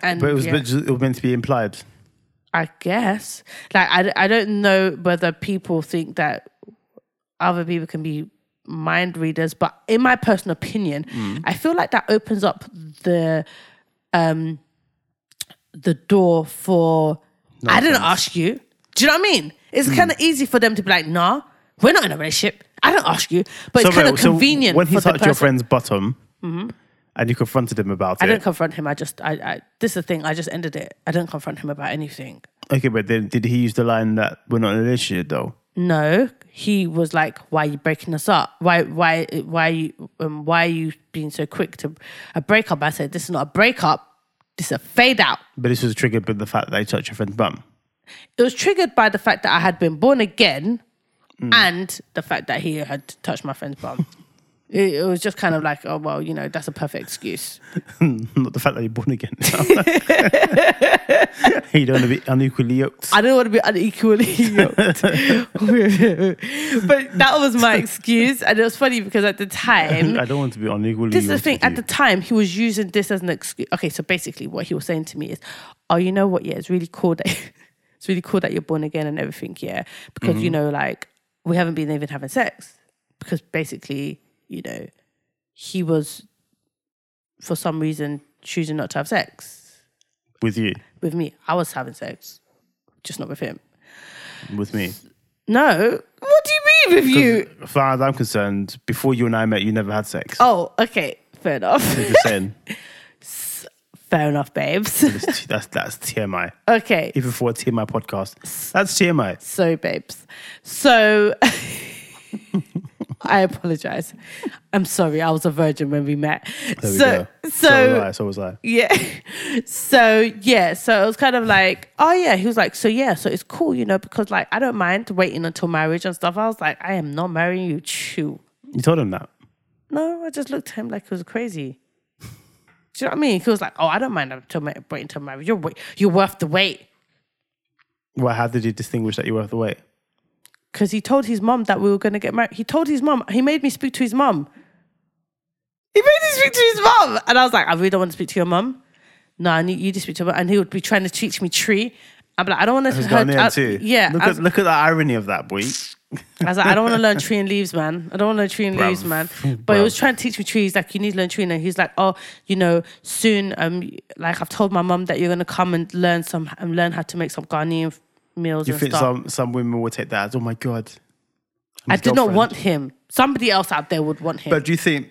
[SPEAKER 2] And
[SPEAKER 1] but it was,
[SPEAKER 2] yeah.
[SPEAKER 1] but it was meant to be implied.
[SPEAKER 2] I guess. Like, I, I don't know whether people think that other people can be mind readers, but in my personal opinion,
[SPEAKER 1] Mm.
[SPEAKER 2] I feel like that opens up the um the door for I didn't ask you. Do you know what I mean? It's
[SPEAKER 1] Mm.
[SPEAKER 2] kind of easy for them to be like, nah, we're not in a relationship. I didn't ask you, but it's kind
[SPEAKER 1] wait,
[SPEAKER 2] of convenient
[SPEAKER 1] when he
[SPEAKER 2] for the
[SPEAKER 1] touched
[SPEAKER 2] person. Mm-hmm.
[SPEAKER 1] your friend's bottom and you confronted him about
[SPEAKER 2] I
[SPEAKER 1] it.
[SPEAKER 2] didn't confront him. I just, I, I, this is the thing. I just ended it. I didn't confront him about anything.
[SPEAKER 1] Okay, but then did he use the line that we're not in a relationship though?
[SPEAKER 2] No, he was like, "Why are you breaking us up? Why, why, why are you, um, why are you being so quick to a breakup?" I said, "This is not a breakup. This is a fade out."
[SPEAKER 1] But this was triggered by the fact that he touched your friend's bum. <laughs>
[SPEAKER 2] It was triggered by the fact that I had been born again, and the fact that he had touched my friend's bum. <laughs> it, it was just kind of like, "Oh well, you know, that's a perfect excuse."
[SPEAKER 1] Not the fact that you're born
[SPEAKER 2] <laughs>
[SPEAKER 1] again. <laughs> you don't want to be unequally yoked.
[SPEAKER 2] I didn't want to be unequally <laughs> yoked. but that was my excuse, and it was funny because at the time,
[SPEAKER 1] I don't want to be unequally
[SPEAKER 2] this is the
[SPEAKER 1] yoked
[SPEAKER 2] thing.
[SPEAKER 1] with
[SPEAKER 2] At
[SPEAKER 1] you.
[SPEAKER 2] the time, he was using this as an excuse. Okay, so basically, what he was saying to me is, "Oh, you know what? Yeah, it's really cool that <laughs> it's really cool that you're born again and everything. Yeah, because you
[SPEAKER 1] Mm-hmm.
[SPEAKER 2] know, like we haven't been even having sex because basically, you know, he was for some reason choosing not to have sex
[SPEAKER 1] with you,
[SPEAKER 2] with me. I was having sex, just not with him.
[SPEAKER 1] with me.
[SPEAKER 2] No, what do you mean with you?
[SPEAKER 1] As far as I'm concerned, before you and I met, you never had sex.
[SPEAKER 2] Oh, okay, fair enough, <laughs>
[SPEAKER 1] Just saying,
[SPEAKER 2] fair enough, babes. <laughs>
[SPEAKER 1] that's, that's that's TMI.
[SPEAKER 2] Okay,
[SPEAKER 1] Even for a TMI podcast, that's TMI.
[SPEAKER 2] So, babes. So, <laughs> I apologize. I'm sorry. I was a virgin when we met.
[SPEAKER 1] There we
[SPEAKER 2] so,
[SPEAKER 1] go.
[SPEAKER 2] so,
[SPEAKER 1] so was I. So was I.
[SPEAKER 2] yeah. So, yeah. So it was kind of like, oh, yeah. He was like, so, yeah. So it's cool, you know, because like, I don't mind waiting until marriage and stuff. I was like, I am not marrying you. Chew.
[SPEAKER 1] You told him that.
[SPEAKER 2] No, I just looked at him like he was crazy. Do you know what I mean? He was like, oh, I don't mind until ma- waiting until marriage. You're, wait- you're worth the wait.
[SPEAKER 1] Well, how did you distinguish that you were the weight?
[SPEAKER 2] because he told his mum that we were going to get married. He told his mum. He made me speak to his mum. He made me speak to his mum, and I was like, I really don't want to speak to your mum. No, I need you to speak to her. And he would be trying to teach me tree. I'm like, I don't want to.
[SPEAKER 1] Who's down there too?
[SPEAKER 2] Yeah,
[SPEAKER 1] Look
[SPEAKER 2] I,
[SPEAKER 1] at
[SPEAKER 2] was,
[SPEAKER 1] look at the irony of that, boy.
[SPEAKER 2] I was like, I don't want to learn tree and leaves, man. I don't want to learn tree and leaves, man. But he was trying to teach me trees. Like you need to learn tree, and he's like, oh, you know, soon. Um, like I've told my mum that you're going to come and learn some and learn how to make some Ghanaian meals
[SPEAKER 1] You
[SPEAKER 2] and
[SPEAKER 1] think
[SPEAKER 2] stuff.
[SPEAKER 1] some some women will take that as oh my god?
[SPEAKER 2] I did not
[SPEAKER 1] girlfriend.
[SPEAKER 2] want him. Somebody else out there would want him.
[SPEAKER 1] But do you think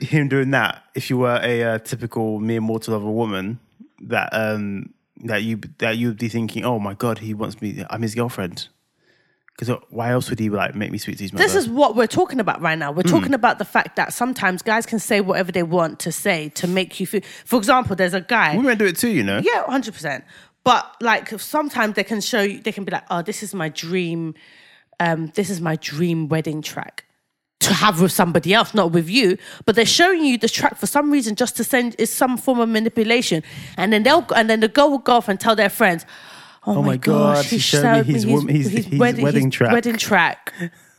[SPEAKER 1] him doing that, if you were a uh, typical mere mortal of a woman, that um that you that you'd be thinking, oh my god, he wants me, I'm his girlfriend. Because why else would he like make me speak to his mother?
[SPEAKER 2] This is what we're talking about right now. We're
[SPEAKER 1] Hmm.
[SPEAKER 2] talking about the fact that sometimes guys can say whatever they want to say to make you feel. For example, there's a guy.
[SPEAKER 1] women do it too, you know.
[SPEAKER 2] Yeah, 100%. But like sometimes they can show you, they can be like, oh, this is my dream. Um, this is my dream wedding track to have with somebody else, not with you. But they're showing you the track for some reason just to send is some form of manipulation. And then they'll and then the girl will go off and tell their friends, Oh, my
[SPEAKER 1] my
[SPEAKER 2] gosh,
[SPEAKER 1] God,
[SPEAKER 2] he
[SPEAKER 1] he showed me
[SPEAKER 2] showed me
[SPEAKER 1] his
[SPEAKER 2] his,
[SPEAKER 1] wom- his- his wedding track."
[SPEAKER 2] Wedding track.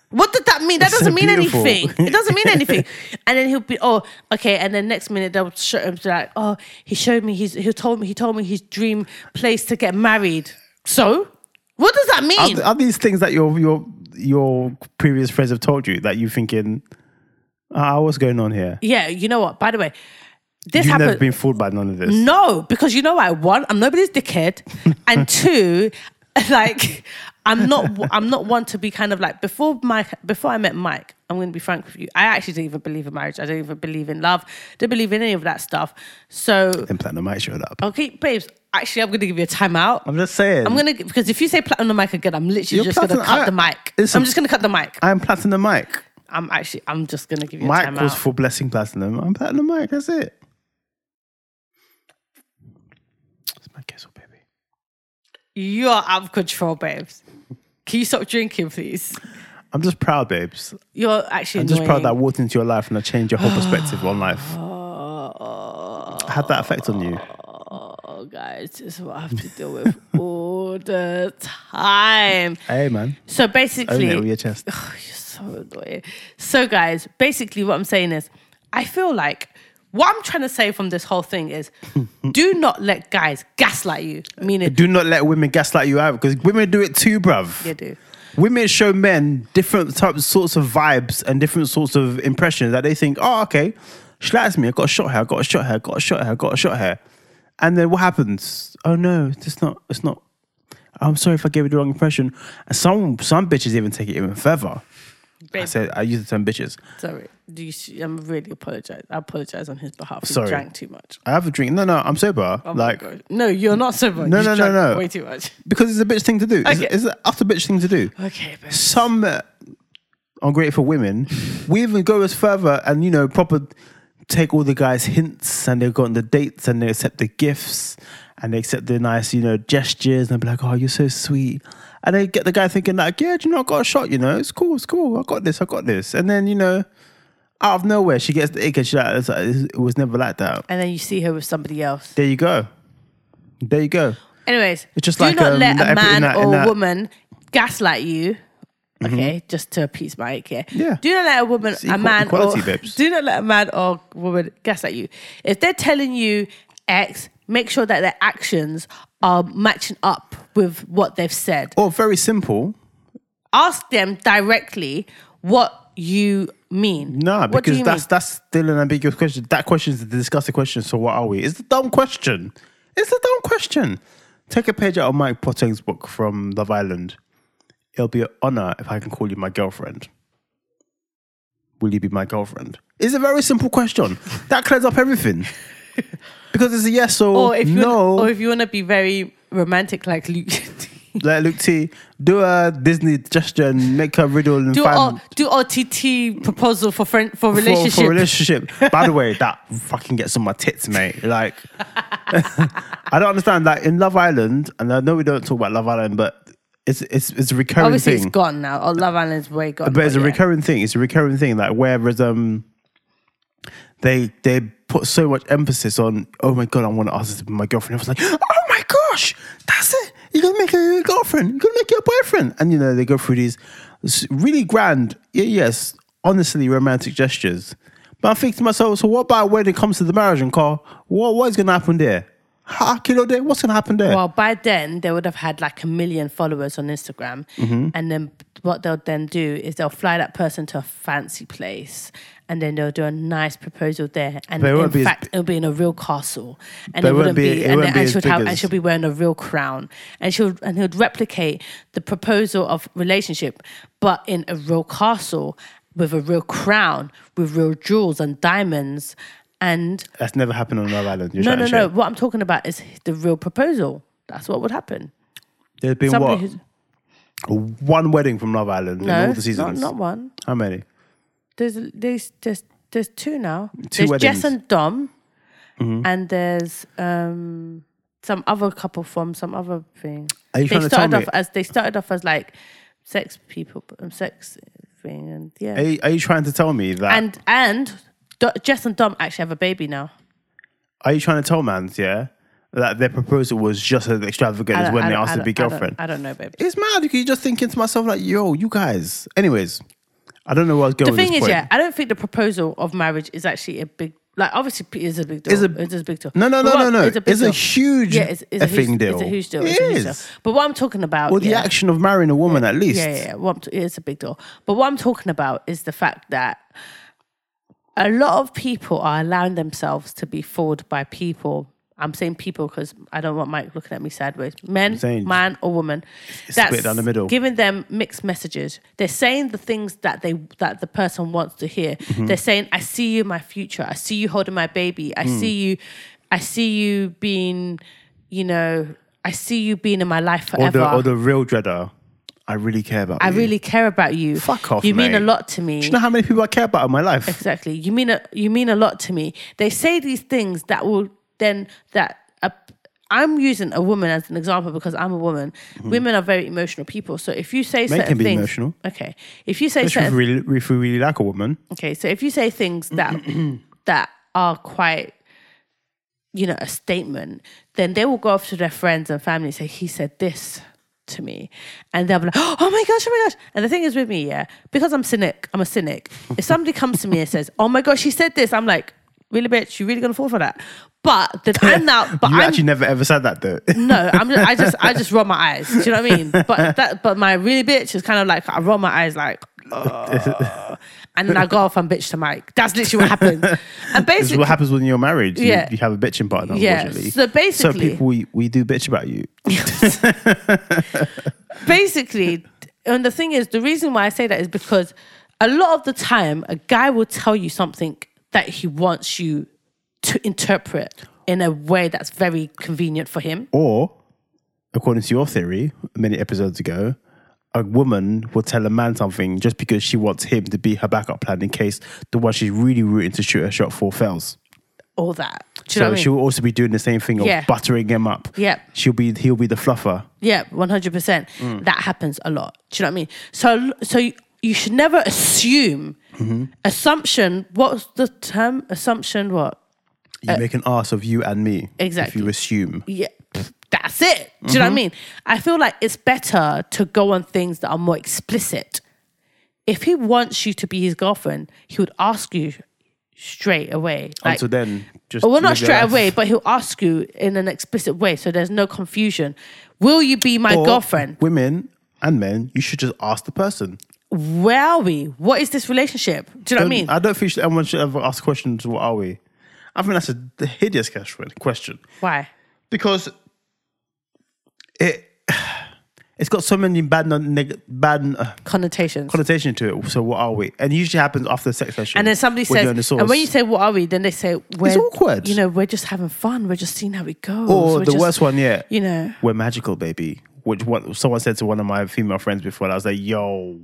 [SPEAKER 2] What did that mean? That
[SPEAKER 1] That's so
[SPEAKER 2] doesn't mean
[SPEAKER 1] beautiful. <laughs>
[SPEAKER 2] anything. It doesn't mean anything. and then he'll be, oh, okay. And then next minute they'll show him be like, oh, he showed me his, he told me, he told me his dream place to get married. So, what does that mean?
[SPEAKER 1] Are, are these things that your your your previous friends have told you that you're thinking, ah, what's going on here?
[SPEAKER 2] yeah, you know what? By the way, this
[SPEAKER 1] You've never
[SPEAKER 2] happened.
[SPEAKER 1] been fooled by none of this.
[SPEAKER 2] No, because you know what? One, I'm nobody's dickhead,
[SPEAKER 1] <laughs>
[SPEAKER 2] and two, <laughs> like I'm not. I'm not one to be kind of like before Mike. Before I met Mike, I'm going to be frank with you. I actually didn't even believe in marriage. I didn't even believe in love. Didn't believe in any of that stuff. So
[SPEAKER 1] Then Platinum might showed up.
[SPEAKER 2] okay, babes. Actually, I'm going to give you a timeout.
[SPEAKER 1] I'm just saying.
[SPEAKER 2] Oh. I'm gonna because if you say platinum mic again, I'm literally
[SPEAKER 1] You're
[SPEAKER 2] just gonna
[SPEAKER 1] platinum-
[SPEAKER 2] cut
[SPEAKER 1] I-
[SPEAKER 2] the mic.
[SPEAKER 1] listen.
[SPEAKER 2] I'm just gonna cut the mic.
[SPEAKER 1] I'm Platinum Mike.
[SPEAKER 2] I'm actually, I'm just gonna give you a
[SPEAKER 1] Mike
[SPEAKER 2] time
[SPEAKER 1] was
[SPEAKER 2] out.
[SPEAKER 1] for blessing platinum. I'm platinum Mike. That's it. It's my guess, oh, baby.
[SPEAKER 2] You're out of control, babes. Can you stop drinking, please?
[SPEAKER 1] I'm just proud, babes.
[SPEAKER 2] You're actually
[SPEAKER 1] I'm just proud
[SPEAKER 2] annoying.
[SPEAKER 1] that I walked into your life and I changed your <sighs> whole perspective on life. Had that effect on you?
[SPEAKER 2] Oh, guys, this is what I have to deal with all the time.
[SPEAKER 1] Hey, man.
[SPEAKER 2] So
[SPEAKER 1] Own it with
[SPEAKER 2] basically,
[SPEAKER 1] your chest.
[SPEAKER 2] so annoying. So, guys, basically, what I'm saying is, I feel like what I'm trying to say from this whole
[SPEAKER 1] <laughs>
[SPEAKER 2] thing is, do not let guys gaslight you. Meaning,
[SPEAKER 1] Do not let women gaslight you out because women do it too, bruv.
[SPEAKER 2] they do.
[SPEAKER 1] Women show men different types, sorts of vibes and different sorts of impressions that they think, oh, okay, she likes me. I got a short hair. I got a short hair. I got a short hair. I got a short hair. And then what happens? Oh no, it's not. It's not. I'm sorry if I gave you the wrong impression. And some some bitches even take it even further. I
[SPEAKER 2] Babe,
[SPEAKER 1] said I use the term bitches.
[SPEAKER 2] sorry. Do you, sh- I'm really apologize. I apologize on his behalf. He
[SPEAKER 1] Sorry.
[SPEAKER 2] drank too much.
[SPEAKER 1] I have a drink. No, no, I'm sober.
[SPEAKER 2] Oh my
[SPEAKER 1] like
[SPEAKER 2] God. no, you're not sober.
[SPEAKER 1] No,
[SPEAKER 2] You
[SPEAKER 1] no, no,
[SPEAKER 2] drank
[SPEAKER 1] no.
[SPEAKER 2] Way too much.
[SPEAKER 1] because it's a bitch thing to do. It's,
[SPEAKER 2] Okay.
[SPEAKER 1] it's an utter bitch thing to do.
[SPEAKER 2] Okay, babe.
[SPEAKER 1] some uh, ungrateful women, we even go as further and you know proper take all the guys' hints and they go on the dates and they accept the gifts and they accept the nice you know gestures and be like, oh, you're so sweet. And they get the guy thinking like, yeah, do you know, I got a shot. You know, it's cool, it's cool. I got this, I got this. And then you know, out of nowhere, she gets the ick and she's like, "It's- it was never like that.
[SPEAKER 2] And then you see her with somebody else.
[SPEAKER 1] There you go. There you go.
[SPEAKER 2] Anyways,
[SPEAKER 1] It's just
[SPEAKER 2] do
[SPEAKER 1] like,
[SPEAKER 2] not
[SPEAKER 1] um,
[SPEAKER 2] let
[SPEAKER 1] that epi-
[SPEAKER 2] a
[SPEAKER 1] in
[SPEAKER 2] man
[SPEAKER 1] that- in
[SPEAKER 2] or
[SPEAKER 1] that- Mm-hmm.
[SPEAKER 2] woman gaslight you. Okay, just to appease my ick here.
[SPEAKER 1] Yeah.
[SPEAKER 2] Do not let a woman, a
[SPEAKER 1] equal-
[SPEAKER 2] man,
[SPEAKER 1] equality,
[SPEAKER 2] or
[SPEAKER 1] babes.
[SPEAKER 2] <laughs> do not let a man or woman gaslight you. If they're telling you X, make sure that their actions are matching up with what they've said.
[SPEAKER 1] Or very simple.
[SPEAKER 2] Ask them directly what you mean.
[SPEAKER 1] No,
[SPEAKER 2] What do
[SPEAKER 1] because
[SPEAKER 2] you
[SPEAKER 1] that's
[SPEAKER 2] mean?
[SPEAKER 1] that's still an ambiguous question. That question is a disgusting question. So what are we? It's a dumb question. It's a dumb question. Take a page out of Mike Potting's book from Love Island. It'll be an honor if I can call you my girlfriend. Will you be my girlfriend? It's a very simple question. That clears up
[SPEAKER 2] <laughs>
[SPEAKER 1] everything. Because it's a yes or,
[SPEAKER 2] or if you
[SPEAKER 1] no.
[SPEAKER 2] or if you want to be very romantic, like Luke, <laughs>
[SPEAKER 1] like Luke T, do a Disney gesture and make her riddle and
[SPEAKER 2] do
[SPEAKER 1] find
[SPEAKER 2] o, do OTT proposal for friend
[SPEAKER 1] for-
[SPEAKER 2] for relationship.
[SPEAKER 1] For, relationship. By the way, that fucking gets on my tits, mate. Like, <laughs> I don't understand. Like in Love Island, and I know we don't talk about Love Island, but it's it's it's a recurring
[SPEAKER 2] Obviously,
[SPEAKER 1] thing.
[SPEAKER 2] it's gone now. Oh, Love Island's way gone.
[SPEAKER 1] but it's a
[SPEAKER 2] yeah.
[SPEAKER 1] recurring thing. It's a recurring thing. Like whereas um, they they put so much emphasis on. Oh my god, I want to ask this to be my girlfriend. I was like, oh my gosh, that's it. You're gonna make her your girlfriend. You're gonna make her your boyfriend. And you know they go through these s- really grand, y- yes, honestly romantic gestures. But I think to myself, so what about when it comes to the marriage and car? What what is gonna happen there? Ha, kilo day. What's gonna happen there?
[SPEAKER 2] Well, by then they would have had like a million followers on Instagram,
[SPEAKER 1] Mm-hmm.
[SPEAKER 2] and then what they'll then do is they'll fly that person to a fancy place, and then they'll do a nice proposal there, and
[SPEAKER 1] But it
[SPEAKER 2] in
[SPEAKER 1] won't be as
[SPEAKER 2] fact it'll be in a real castle, and
[SPEAKER 1] But
[SPEAKER 2] it
[SPEAKER 1] it
[SPEAKER 2] wouldn't
[SPEAKER 1] won't
[SPEAKER 2] be,
[SPEAKER 1] be- it
[SPEAKER 2] and,
[SPEAKER 1] won't
[SPEAKER 2] then,
[SPEAKER 1] be
[SPEAKER 2] and
[SPEAKER 1] as
[SPEAKER 2] she'll
[SPEAKER 1] big
[SPEAKER 2] have and
[SPEAKER 1] as-
[SPEAKER 2] she'll be wearing a real crown, and she'll and he'll replicate the proposal of relationship, but in a real castle with a real crown with real jewels and diamonds, and
[SPEAKER 1] That's never happened on Love Island. You're
[SPEAKER 2] no, no,
[SPEAKER 1] chatting
[SPEAKER 2] no.
[SPEAKER 1] shit.
[SPEAKER 2] What I'm talking about is the real proposal. That's what would happen.
[SPEAKER 1] There's been
[SPEAKER 2] Somebody
[SPEAKER 1] what
[SPEAKER 2] who's
[SPEAKER 1] one wedding from Love Island
[SPEAKER 2] no,
[SPEAKER 1] in all the seasons.
[SPEAKER 2] Not, not one.
[SPEAKER 1] How many?
[SPEAKER 2] There's there's there's, there's two now.
[SPEAKER 1] Two
[SPEAKER 2] there's
[SPEAKER 1] weddings. Mm-hmm.
[SPEAKER 2] Jess and Dom, and there's um some other couple from some other thing.
[SPEAKER 1] Are you
[SPEAKER 2] they
[SPEAKER 1] trying to
[SPEAKER 2] started
[SPEAKER 1] tell
[SPEAKER 2] off
[SPEAKER 1] me?
[SPEAKER 2] as they started off as like sex people, um, sex thing, and yeah,
[SPEAKER 1] Are you, are you trying to tell me that?
[SPEAKER 2] and and Do- Jess and Dom actually have a baby now.
[SPEAKER 1] are you trying to tell Mans, yeah, that their proposal was just as extravagant
[SPEAKER 2] I
[SPEAKER 1] as
[SPEAKER 2] don't-
[SPEAKER 1] when
[SPEAKER 2] I
[SPEAKER 1] they
[SPEAKER 2] don't-
[SPEAKER 1] asked
[SPEAKER 2] I
[SPEAKER 1] to be
[SPEAKER 2] don't- I don't-
[SPEAKER 1] girlfriend?
[SPEAKER 2] I don't know, babe.
[SPEAKER 1] It's mad because you're just thinking to myself like, yo, you guys. Anyways, I don't know where I was going.
[SPEAKER 2] the thing
[SPEAKER 1] with
[SPEAKER 2] is,
[SPEAKER 1] this
[SPEAKER 2] yeah,
[SPEAKER 1] point.
[SPEAKER 2] I don't think the proposal of marriage is actually a big like. Obviously, it is a big deal.
[SPEAKER 1] It's
[SPEAKER 2] It's
[SPEAKER 1] a-
[SPEAKER 2] a, big deal.
[SPEAKER 1] No, no,
[SPEAKER 2] But
[SPEAKER 1] no, no,
[SPEAKER 2] what-
[SPEAKER 1] no.
[SPEAKER 2] big
[SPEAKER 1] It's a
[SPEAKER 2] deal.
[SPEAKER 1] huge
[SPEAKER 2] yeah, it's, it's a
[SPEAKER 1] effing
[SPEAKER 2] huge
[SPEAKER 1] deal.
[SPEAKER 2] It's a huge deal.
[SPEAKER 1] It
[SPEAKER 2] it's a huge deal.
[SPEAKER 1] is.
[SPEAKER 2] But what I'm talking about,
[SPEAKER 1] Or the
[SPEAKER 2] yeah,
[SPEAKER 1] action of marrying a woman, at least.
[SPEAKER 2] yeah, yeah, yeah. What I'm t- it's a big deal. But what I'm talking about is the fact that a lot of people are allowing themselves to be fooled by people. I'm saying people because I don't want Mike looking at me sideways. Men,
[SPEAKER 1] saying-
[SPEAKER 2] man or woman,
[SPEAKER 1] split down the middle.
[SPEAKER 2] giving them mixed messages. They're saying the things that they that the person wants to hear.
[SPEAKER 1] Mm-hmm.
[SPEAKER 2] They're saying, "I see you in my future. I see you holding my baby.
[SPEAKER 1] Mm.
[SPEAKER 2] I see you. I see you being, you know, I see you being in my life
[SPEAKER 1] Or
[SPEAKER 2] forever."
[SPEAKER 1] the, or the real dreader. I I really care about
[SPEAKER 2] I
[SPEAKER 1] you.
[SPEAKER 2] really care about you.
[SPEAKER 1] Fuck off,
[SPEAKER 2] You mean
[SPEAKER 1] mate.
[SPEAKER 2] a lot to me.
[SPEAKER 1] Do you know how many people I care about in my life?
[SPEAKER 2] Exactly. You mean a you mean a lot to me. They say these things that will then that a, I'm using a woman as an example because I'm a woman. Women are very emotional people. So if you say certain
[SPEAKER 1] Mm-hmm. can be
[SPEAKER 2] things,
[SPEAKER 1] emotional.
[SPEAKER 2] okay. If you say
[SPEAKER 1] Especially if
[SPEAKER 2] certain
[SPEAKER 1] we really, if we really like a woman.
[SPEAKER 2] Okay, so if you say things that
[SPEAKER 1] <clears throat>
[SPEAKER 2] that are quite, you know, a statement, then they will go off to their friends and family and say, "He said this to me," and they'll be like, "Oh my gosh, oh my gosh!" And the thing is with me, yeah, because I'm cynic, I'm a cynic. If somebody comes to me and says, "Oh my gosh, she said this," I'm like, "Really, bitch? You really gonna fall for that?" But the
[SPEAKER 1] <laughs>
[SPEAKER 2] I'm now, but
[SPEAKER 1] You
[SPEAKER 2] I'm
[SPEAKER 1] actually never ever said that though.
[SPEAKER 2] no, <laughs> I'm just, I just I just roll my eyes. Do you know what I mean? But that but my really bitch is kind of like I roll my eyes like, "Ugh," and then I go off and bitch to Mike. That's literally what
[SPEAKER 1] <laughs>
[SPEAKER 2] happens. And
[SPEAKER 1] this is
[SPEAKER 2] basically,
[SPEAKER 1] what happens when you're married. You,
[SPEAKER 2] Yeah.
[SPEAKER 1] you have a bitching partner,
[SPEAKER 2] Yeah,
[SPEAKER 1] unfortunately.
[SPEAKER 2] so basically-
[SPEAKER 1] So people, we, we do bitch about you.
[SPEAKER 2] basically, and the thing is, the reason why I say that is because a lot of the time, a guy will tell you something that he wants you to interpret in a way that's very convenient for him.
[SPEAKER 1] Or, according to your theory, many episodes ago, a woman will tell a man something just because she wants him to be her backup plan in case the one she's really rooting to shoot her shot for fails.
[SPEAKER 2] All that. Do you
[SPEAKER 1] So
[SPEAKER 2] know what I
[SPEAKER 1] she
[SPEAKER 2] mean?
[SPEAKER 1] will also be doing the same thing of
[SPEAKER 2] Yeah.
[SPEAKER 1] buttering him up.
[SPEAKER 2] Yeah.
[SPEAKER 1] She'll be he'll be the fluffer.
[SPEAKER 2] Yeah, one hundred percent. That happens a lot. Do you know what I mean? So, so you, you should never assume. Assumption. What's the term? Assumption. What?
[SPEAKER 1] You make an ass of you and me.
[SPEAKER 2] Uh, Exactly.
[SPEAKER 1] If you assume.
[SPEAKER 2] Yeah, pff, that's it. Do you know what I mean? I feel like it's better to go on things that are more explicit. If he wants you to be his girlfriend, he would ask you straight away. Like,
[SPEAKER 1] Until then, just
[SPEAKER 2] well, not
[SPEAKER 1] live your
[SPEAKER 2] straight
[SPEAKER 1] life.
[SPEAKER 2] away, but he'll ask you in an explicit way, so there's no confusion. Will you be my
[SPEAKER 1] Or
[SPEAKER 2] girlfriend?
[SPEAKER 1] Women and men, you should just ask the person.
[SPEAKER 2] Where are we? What is this relationship? Do you know what I mean?
[SPEAKER 1] I don't think anyone should ever ask questions. What are we? I think that's a hideous question. Question
[SPEAKER 2] Why?
[SPEAKER 1] because it <sighs> it's got so many bad non- neg- bad uh,
[SPEAKER 2] Connotations.
[SPEAKER 1] connotation to it. So what are we? And it usually happens after the sex session.
[SPEAKER 2] and then somebody
[SPEAKER 1] when you're in the
[SPEAKER 2] says,
[SPEAKER 1] source.
[SPEAKER 2] and when you say, what are we? Then they say, we're,
[SPEAKER 1] awkward.
[SPEAKER 2] You know, we're just having fun. We're just seeing how it goes.
[SPEAKER 1] or
[SPEAKER 2] We're
[SPEAKER 1] the
[SPEAKER 2] just-
[SPEAKER 1] worst one, yeah,
[SPEAKER 2] You know,
[SPEAKER 1] we're magical, baby. Which one, someone said to one of my female friends before, and I was like, yo,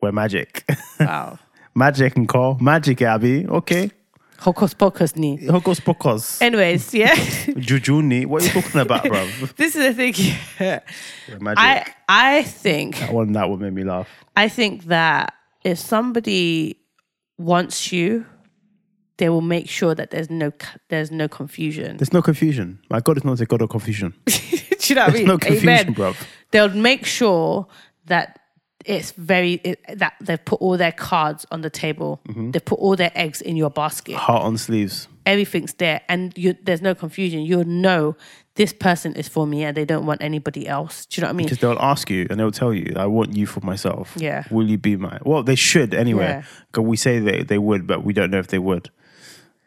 [SPEAKER 1] we're magic, <laughs>
[SPEAKER 2] wow.
[SPEAKER 1] magic and call magic, Abby. Okay,
[SPEAKER 2] Hocus pocus ni.
[SPEAKER 1] hocus
[SPEAKER 2] <laughs>
[SPEAKER 1] pocus,
[SPEAKER 2] Anyways, yeah.
[SPEAKER 1] jujuni. What are you talking about, bruv?
[SPEAKER 2] this is
[SPEAKER 1] <laughs>
[SPEAKER 2] the thing. yeah.
[SPEAKER 1] We're magic.
[SPEAKER 2] I, I think,
[SPEAKER 1] That one, that one made me laugh.
[SPEAKER 2] I think that if somebody wants you, they will make sure that there's no, c- there's no confusion.
[SPEAKER 1] There's no confusion. My God is not a God of confusion.
[SPEAKER 2] <laughs> Do you know what I mean?
[SPEAKER 1] no confusion,
[SPEAKER 2] Amen.
[SPEAKER 1] bruv.
[SPEAKER 2] They'll make sure that it's very it, that they've put all their cards on the table.
[SPEAKER 1] Mm-hmm.
[SPEAKER 2] They put all their eggs in your basket.
[SPEAKER 1] Heart on sleeves.
[SPEAKER 2] Everything's there, and you, there's no confusion. You'll know this person is for me, and they don't want anybody else. Do you know what I mean?
[SPEAKER 1] Because they'll ask you and they'll tell you, I want you for myself.
[SPEAKER 2] Yeah.
[SPEAKER 1] Will you be my? Well, they should anyway.
[SPEAKER 2] Yeah.
[SPEAKER 1] 'Cause we say they, they would, but we don't know if they would.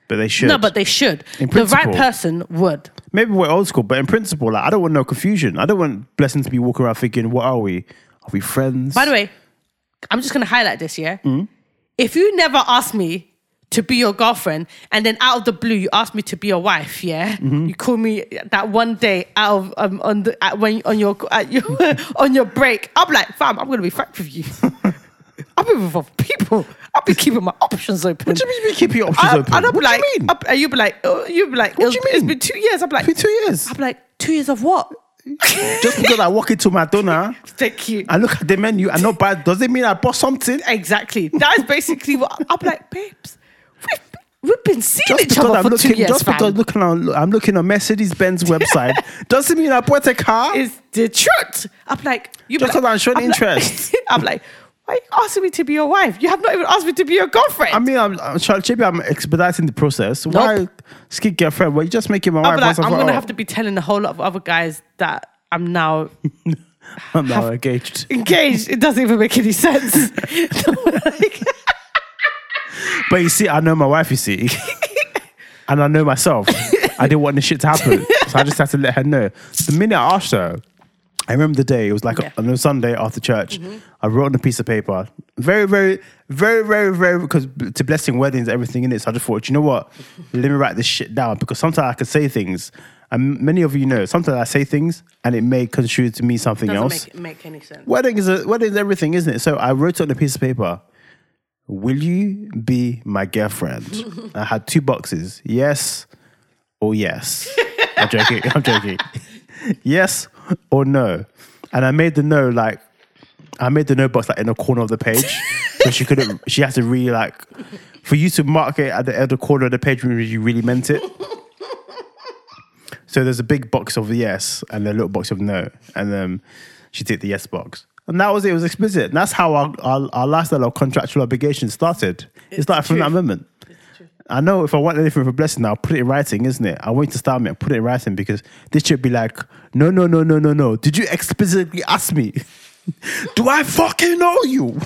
[SPEAKER 1] But they should.
[SPEAKER 2] No, but they should.
[SPEAKER 1] In
[SPEAKER 2] The right
[SPEAKER 1] principle.
[SPEAKER 2] person would.
[SPEAKER 1] Maybe we're old school, but in principle, like, I don't want no confusion. I don't want Blessing to be walking around thinking, what are we? Are we friends?
[SPEAKER 2] By the way, I'm just going to highlight this, yeah? Mm-hmm. If you never asked me to be your girlfriend and then out of the blue you asked me to be your wife, yeah?
[SPEAKER 1] Mm-hmm.
[SPEAKER 2] You call me that one day out of um, on the at, when on your at your <laughs> on your break. I'm like, "Fam, I'm going to be frank with
[SPEAKER 1] <laughs>
[SPEAKER 2] you." I'm with other people. I'll be keeping my options open.
[SPEAKER 1] what do you mean you keep your options
[SPEAKER 2] I,
[SPEAKER 1] open?
[SPEAKER 2] And I'll be
[SPEAKER 1] what
[SPEAKER 2] like,
[SPEAKER 1] do you mean?
[SPEAKER 2] I'll- and you'll be like, oh, you'll be like, what
[SPEAKER 1] do you
[SPEAKER 2] It's
[SPEAKER 1] mean?
[SPEAKER 2] been two years. I'm like,
[SPEAKER 1] Been two years.
[SPEAKER 2] I'm like, two years
[SPEAKER 1] <laughs>
[SPEAKER 2] of what?
[SPEAKER 1] Just because I walk into McDonald's
[SPEAKER 2] Thank you.
[SPEAKER 1] and look at the menu and not buy, does it mean I bought something?
[SPEAKER 2] Exactly. That is basically what I'm like, babes. We've, we've been seeing each other for
[SPEAKER 1] looking,
[SPEAKER 2] two years.
[SPEAKER 1] just because
[SPEAKER 2] fam.
[SPEAKER 1] looking on, I'm looking on Mercedes Benz
[SPEAKER 2] <laughs>
[SPEAKER 1] website doesn't mean I bought a car.
[SPEAKER 2] It's the truth. I'm like, you
[SPEAKER 1] Just 'cause I'm showing interest.
[SPEAKER 2] Like, <laughs> I'm like, why are you asking me to be your wife? You have not even asked me to be your girlfriend.
[SPEAKER 1] I mean, I'm, I'm trying, maybe I'm expediting the process. Why
[SPEAKER 2] Nope.
[SPEAKER 1] skip girlfriend? Well, you just making my
[SPEAKER 2] I'm,
[SPEAKER 1] wife.
[SPEAKER 2] like,
[SPEAKER 1] once
[SPEAKER 2] I'm
[SPEAKER 1] I'm
[SPEAKER 2] gonna have to be telling a whole lot of other guys that I'm now
[SPEAKER 1] <laughs> I'm now engaged.
[SPEAKER 2] engaged. It doesn't even make any sense. <laughs> Like,
[SPEAKER 1] But you see, I know my wife. You
[SPEAKER 2] <laughs>
[SPEAKER 1] see, and I know myself. I didn't want this shit to happen, so I just had to let her know. The minute I asked her, I remember the day. It was like
[SPEAKER 2] Yeah. Mm-hmm.
[SPEAKER 1] on a Sunday after church. I wrote on a piece of paper, very, very, very, very, very, because to blessing weddings, everything in it. So I just thought, you know what? Let me write this shit down because sometimes I could say things And many of you know, sometimes I say things and it may construed to mean something
[SPEAKER 2] Doesn't
[SPEAKER 1] else.
[SPEAKER 2] make, make any sense.
[SPEAKER 1] Wedding is a, wedding is everything, isn't it? So I wrote it on a piece of paper. Will you be my girlfriend? I had two boxes. Yes or yes. I'm joking. I'm joking. yes or no. And I made the no like I made the no box like in the corner of the page. so she couldn't she had to really like for you to mark it at the other corner of the page when you really meant it. So there's a big box of yes and a little box of no. And um, she ticked the yes box. And that was it. It was explicit. And that's how our, our, our lifestyle of contractual obligations started. It's, like from
[SPEAKER 2] true.
[SPEAKER 1] that moment. I know if I want anything for blessing, I'll put it in writing, isn't it? I want you to start me and put it in writing because this should be like, no, no, no, no, no, no. Did you explicitly ask me? <laughs> Do I fucking know you?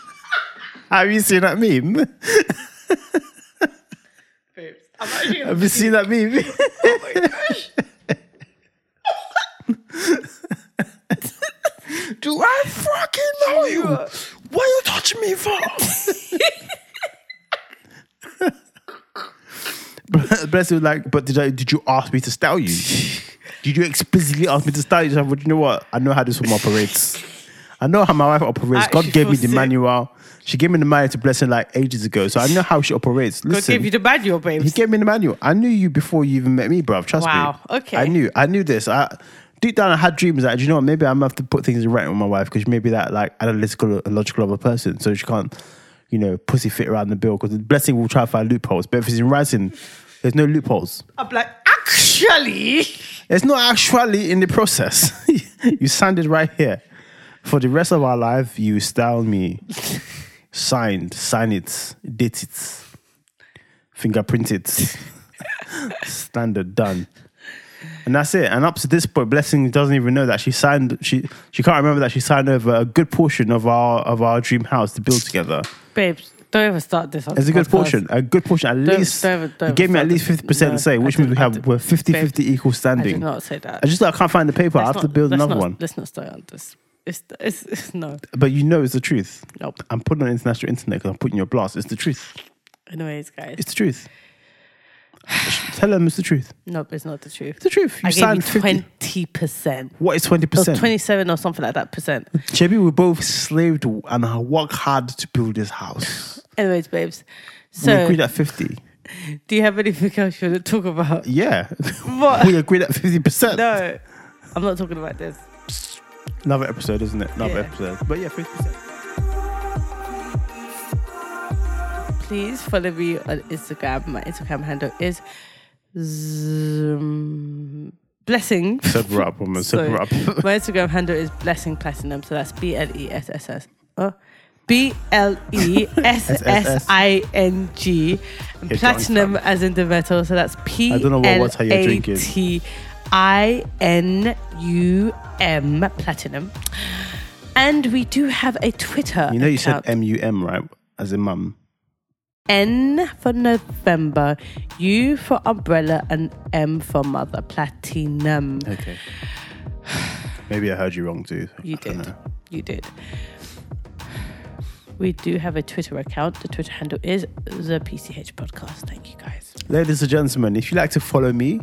[SPEAKER 1] <laughs> Have you seen that meme?
[SPEAKER 2] Babes, I'm actually gonna
[SPEAKER 1] Have you seen that meme? <laughs> Do I fucking know you? What are you touching me for? <laughs> But Bless was like, but did I, did you ask me to style you? Did you explicitly ask me to style you? So I went, you know what? I know how this woman operates. I know how my wife operates.
[SPEAKER 2] I
[SPEAKER 1] God
[SPEAKER 2] actually
[SPEAKER 1] gave me
[SPEAKER 2] feel
[SPEAKER 1] the
[SPEAKER 2] sick.
[SPEAKER 1] manual. She gave me the manual to blessing like ages ago. So I know how she operates.
[SPEAKER 2] go
[SPEAKER 1] Listen,
[SPEAKER 2] give you the manual,
[SPEAKER 1] he
[SPEAKER 2] babes.
[SPEAKER 1] gave me the manual. I knew you before you even met me, bruv. Trust
[SPEAKER 2] Wow,
[SPEAKER 1] me.
[SPEAKER 2] okay.
[SPEAKER 1] I knew. I knew this. I deep down, I had dreams that you know what? Maybe I'm gonna have to put things in right with my wife because maybe that like analytical, and logical of a person, so she can't, you know, pussy fit around the bill. Because the blessing will try to find loopholes, but if it's in writing, there's no loopholes.
[SPEAKER 2] I'm like, actually,
[SPEAKER 1] It's not actually in the process. <laughs> you signed it right here. For the rest of our life, you style me. Signed, sign it, date it, fingerprint it. <laughs> Standard done. And that's it. And up to this point, Blessing doesn't even know that she signed she she can't remember that she signed over a good portion of our of our dream house to build together.
[SPEAKER 2] babes, don't ever start this. On
[SPEAKER 1] It's a good
[SPEAKER 2] podcast.
[SPEAKER 1] portion. A good portion. At least
[SPEAKER 2] don't- don't
[SPEAKER 1] you gave me at
[SPEAKER 2] start
[SPEAKER 1] least
[SPEAKER 2] the-
[SPEAKER 1] fifty percent
[SPEAKER 2] no,
[SPEAKER 1] say, which means
[SPEAKER 2] I
[SPEAKER 1] we
[SPEAKER 2] didn't- I
[SPEAKER 1] have
[SPEAKER 2] didn't-
[SPEAKER 1] we're 50
[SPEAKER 2] Babe,
[SPEAKER 1] 50 equal
[SPEAKER 2] I
[SPEAKER 1] standing.
[SPEAKER 2] did not say that.
[SPEAKER 1] I just I can't find the paper. I have
[SPEAKER 2] Let's
[SPEAKER 1] to
[SPEAKER 2] not-
[SPEAKER 1] build
[SPEAKER 2] let's
[SPEAKER 1] another
[SPEAKER 2] not-
[SPEAKER 1] one.
[SPEAKER 2] Let's not start on this. It's, it's, it's no,
[SPEAKER 1] But you know it's the truth.
[SPEAKER 2] nope.
[SPEAKER 1] I'm putting on international internet because I'm putting your blast. It's the truth.
[SPEAKER 2] Anyways, guys,
[SPEAKER 1] It's the truth. <sighs> Tell them it's the truth.
[SPEAKER 2] nope, it's not the truth.
[SPEAKER 1] It's the truth. You
[SPEAKER 2] I gave you
[SPEAKER 1] signed 50.
[SPEAKER 2] twenty percent.
[SPEAKER 1] What is 20%?
[SPEAKER 2] It was twenty-seven or something like
[SPEAKER 1] <laughs>
[SPEAKER 2] that percent.
[SPEAKER 1] Chebi, we both slaved and worked hard to build this
[SPEAKER 2] <laughs>
[SPEAKER 1] house.
[SPEAKER 2] Anyways, babes.
[SPEAKER 1] we
[SPEAKER 2] So,
[SPEAKER 1] agreed at 50.
[SPEAKER 2] do you <laughs> have anything else you want to talk about?
[SPEAKER 1] Yeah.
[SPEAKER 2] <laughs> What?
[SPEAKER 1] <laughs> we agreed at 50%.
[SPEAKER 2] <laughs> No, I'm not talking about this.
[SPEAKER 1] Another episode, isn't it? Another
[SPEAKER 2] Yeah.
[SPEAKER 1] episode. But yeah, 50%.
[SPEAKER 2] Please follow me on Instagram. My Instagram handle is Zoom blessing.
[SPEAKER 1] Said we're up, woman. Said
[SPEAKER 2] So,
[SPEAKER 1] we're up.
[SPEAKER 2] <laughs> My Instagram handle is blessing platinum. So that's B L E S S S. Oh, B L E S S I N G. And
[SPEAKER 1] You're
[SPEAKER 2] Platinum
[SPEAKER 1] drunk,
[SPEAKER 2] as in the metal. So that's P
[SPEAKER 1] don't know
[SPEAKER 2] L
[SPEAKER 1] what water you're
[SPEAKER 2] A
[SPEAKER 1] drinking.
[SPEAKER 2] T I N U M. Platinum. And we do have a Twitter.
[SPEAKER 1] You know, you said
[SPEAKER 2] account.
[SPEAKER 1] M U M, right? As in mum.
[SPEAKER 2] N for November, U for umbrella, and M for mother. Platinum. <sighs>
[SPEAKER 1] Okay. Maybe I heard you wrong too.
[SPEAKER 2] You
[SPEAKER 1] I don't
[SPEAKER 2] did.
[SPEAKER 1] know.
[SPEAKER 2] You did. We do have a Twitter account. The Twitter handle is the PCH Podcast. Thank you guys.
[SPEAKER 1] Ladies and gentlemen, if you like to follow me,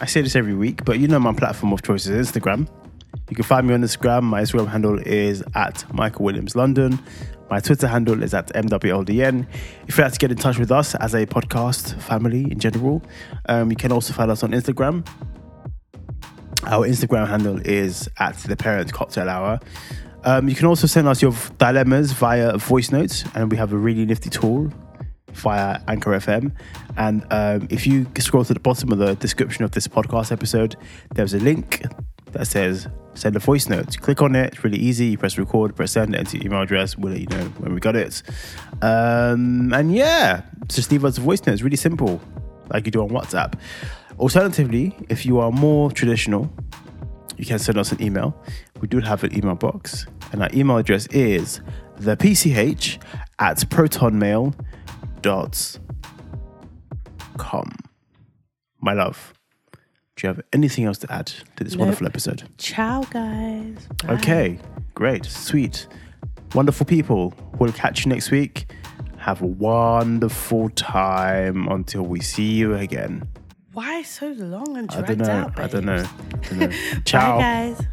[SPEAKER 1] I say this every week, but you know my platform of choice is Instagram. You can find me on Instagram. My Instagram handle is at Michael Williams London. My Twitter handle is at MWLDN. If you'd like to get in touch with us as a podcast family in general, um, you can also find us on Instagram. Our Instagram handle is at the Parent Cocktail Hour. Um, you can also send us your dilemmas via voice notes, and we have a really nifty tool via Anchor FM. And um, if you scroll to the bottom of the description of this podcast episode, there's a link that says send a voice note. Click on it, it's really easy. You press record, press send, enter your email address. We'll let you know when we got it. Um, and yeah, just leave us a voice note. It's really simple, like you do on WhatsApp. Alternatively, if you are more traditional, you can send us an email. We do have an email box, and our email address is thepch at protonmail.com. My love, do you have anything else to add to this
[SPEAKER 2] Nope.
[SPEAKER 1] wonderful episode?
[SPEAKER 2] Ciao, guys. Bye.
[SPEAKER 1] Okay, great, sweet, wonderful people. We'll catch you next week. Have a wonderful time until we see you again.
[SPEAKER 2] Why so long and
[SPEAKER 1] I don't
[SPEAKER 2] dragged
[SPEAKER 1] know.
[SPEAKER 2] out?
[SPEAKER 1] I don't know.
[SPEAKER 2] babes?
[SPEAKER 1] I don't know. Ciao.
[SPEAKER 2] <laughs> Bye, guys.